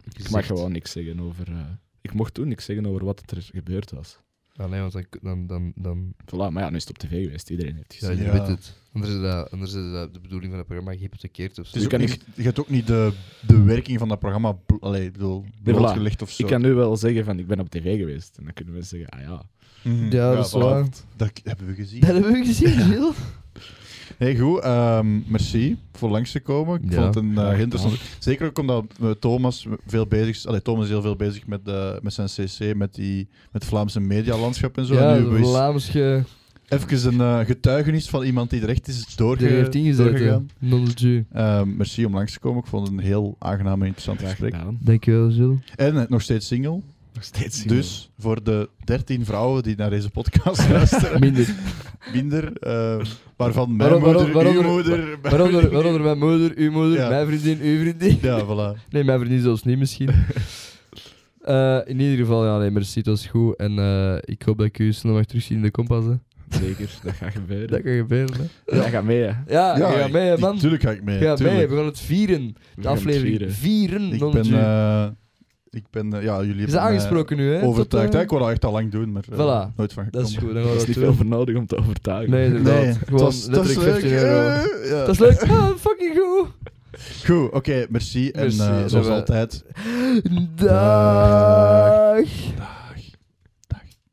Speaker 1: Ik
Speaker 2: gezegd.
Speaker 1: mag gewoon niks zeggen over... eh, ik mocht toen niks zeggen over wat er gebeurd was.
Speaker 2: Ah, nee, want dan... dan, dan, dan
Speaker 1: Voilà, maar ja, nu is het op tv geweest. Iedereen heeft
Speaker 2: ja,
Speaker 1: gezien.
Speaker 2: je
Speaker 3: Ja.
Speaker 2: weet het. Anders is, dat, anders is dat de bedoeling van het programma gehypothekeerd of zo.
Speaker 3: Het is
Speaker 1: Je
Speaker 3: ook
Speaker 1: kan
Speaker 3: niet- je hebt ook niet de, de werking van dat programma bl- allee, ik bedoel, blootgelegd of zo.
Speaker 1: Ik kan nu wel zeggen van, ik ben op tv geweest. En dan kunnen mensen zeggen, ah ja.
Speaker 3: Mhm.
Speaker 2: Ja, dat is
Speaker 3: voilà.
Speaker 2: waar.
Speaker 3: Dat k- hebben we gezien.
Speaker 2: <laughs> Dat hebben we gezien, Gilles.
Speaker 3: Hey, goed. ehm, merci voor langs te komen. Ik
Speaker 2: Ja,
Speaker 3: vond het een eh,
Speaker 1: graag
Speaker 3: interessant. Zeker ook omdat eh, Thomas veel bezig is. Allee, Thomas is heel veel bezig met, eh, met zijn CC, met, die, met het Vlaamse medialandschap en zo.
Speaker 2: Ja,
Speaker 3: en nu
Speaker 2: de
Speaker 3: hebben we
Speaker 2: Vlaamsche...
Speaker 3: eens even een eh, getuigenis van iemand die er echt is doorge
Speaker 2: Er heeft ingezet, hè.
Speaker 3: doorgegaan.
Speaker 2: Non-ju.
Speaker 3: Ehm, merci om langs te komen. Ik vond het een heel aangenaam en interessant
Speaker 1: Graag
Speaker 3: gesprek.
Speaker 1: gedaan.
Speaker 2: Dankjewel, Gilles.
Speaker 3: En eh, nog steeds single.
Speaker 1: Nog steeds
Speaker 3: Dus voor de 13 vrouwen die naar deze
Speaker 2: <laughs>
Speaker 3: podcast <laughs> luisteren,
Speaker 2: Minder.
Speaker 3: minder, eh, waarvan mijn
Speaker 2: Waarom- waarom-
Speaker 3: moeder, uw
Speaker 2: waarom-
Speaker 3: moeder... mijn
Speaker 2: Waaronder,
Speaker 3: vriendin-
Speaker 2: waaronder mijn moeder, uw moeder,
Speaker 3: Ja.
Speaker 2: mijn vriendin, uw vriendin.
Speaker 3: <laughs> Ja, voilà.
Speaker 2: Nee, mijn vriendin zelfs niet
Speaker 3: <laughs>
Speaker 2: misschien. Eh, in ieder geval, ja, nee, merci, dat was goed. En eh, ik hoop dat ik u snel mag terugzien in de kompas. hè.
Speaker 1: Zeker, dat gaat gebeuren.
Speaker 2: Dat kan gebeuren. hè.
Speaker 1: Jij gaat mee, hè.
Speaker 2: Ja, ja, ga
Speaker 3: ik-
Speaker 2: mee, hè,
Speaker 3: die-
Speaker 2: man.
Speaker 3: Tuurlijk ga ik mee.
Speaker 2: Ga mee,
Speaker 3: tuurlijk.
Speaker 2: we gaan het vieren.
Speaker 1: We
Speaker 2: De
Speaker 1: gaan het
Speaker 2: aflevering
Speaker 1: vieren.
Speaker 2: vieren.
Speaker 3: Ik
Speaker 2: non
Speaker 3: ben,
Speaker 2: Jew.
Speaker 3: eh, ik ben, eh, ja, jullie
Speaker 2: is
Speaker 3: hebben, eh,
Speaker 2: aangesproken nu, hè?
Speaker 3: overtuigd.
Speaker 2: Tot,
Speaker 3: Ja,
Speaker 2: eh,
Speaker 3: ik wou dat echt al lang doen, maar eh,
Speaker 2: Voilà.
Speaker 3: nooit van gekomen.
Speaker 2: Dat is goed, dan gaan
Speaker 1: Er
Speaker 2: we
Speaker 1: is
Speaker 2: dat
Speaker 1: niet veel
Speaker 2: doen.
Speaker 1: voor nodig om te overtuigen.
Speaker 2: Nee, inderdaad.
Speaker 3: Nee,
Speaker 2: Gewoon
Speaker 3: dat is- dat is
Speaker 2: letterlijk
Speaker 3: leuk.
Speaker 2: 15 euro.
Speaker 3: eh, ja.
Speaker 2: Dat is leuk. Ah, fucking
Speaker 3: <laughs>
Speaker 2: goed.
Speaker 3: Goed, oké, merci. En
Speaker 2: Merci,
Speaker 3: eh,
Speaker 2: zijn
Speaker 3: zoals
Speaker 2: we-
Speaker 3: altijd,
Speaker 2: Dag.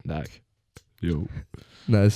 Speaker 1: Dag. Yo.
Speaker 2: Nice.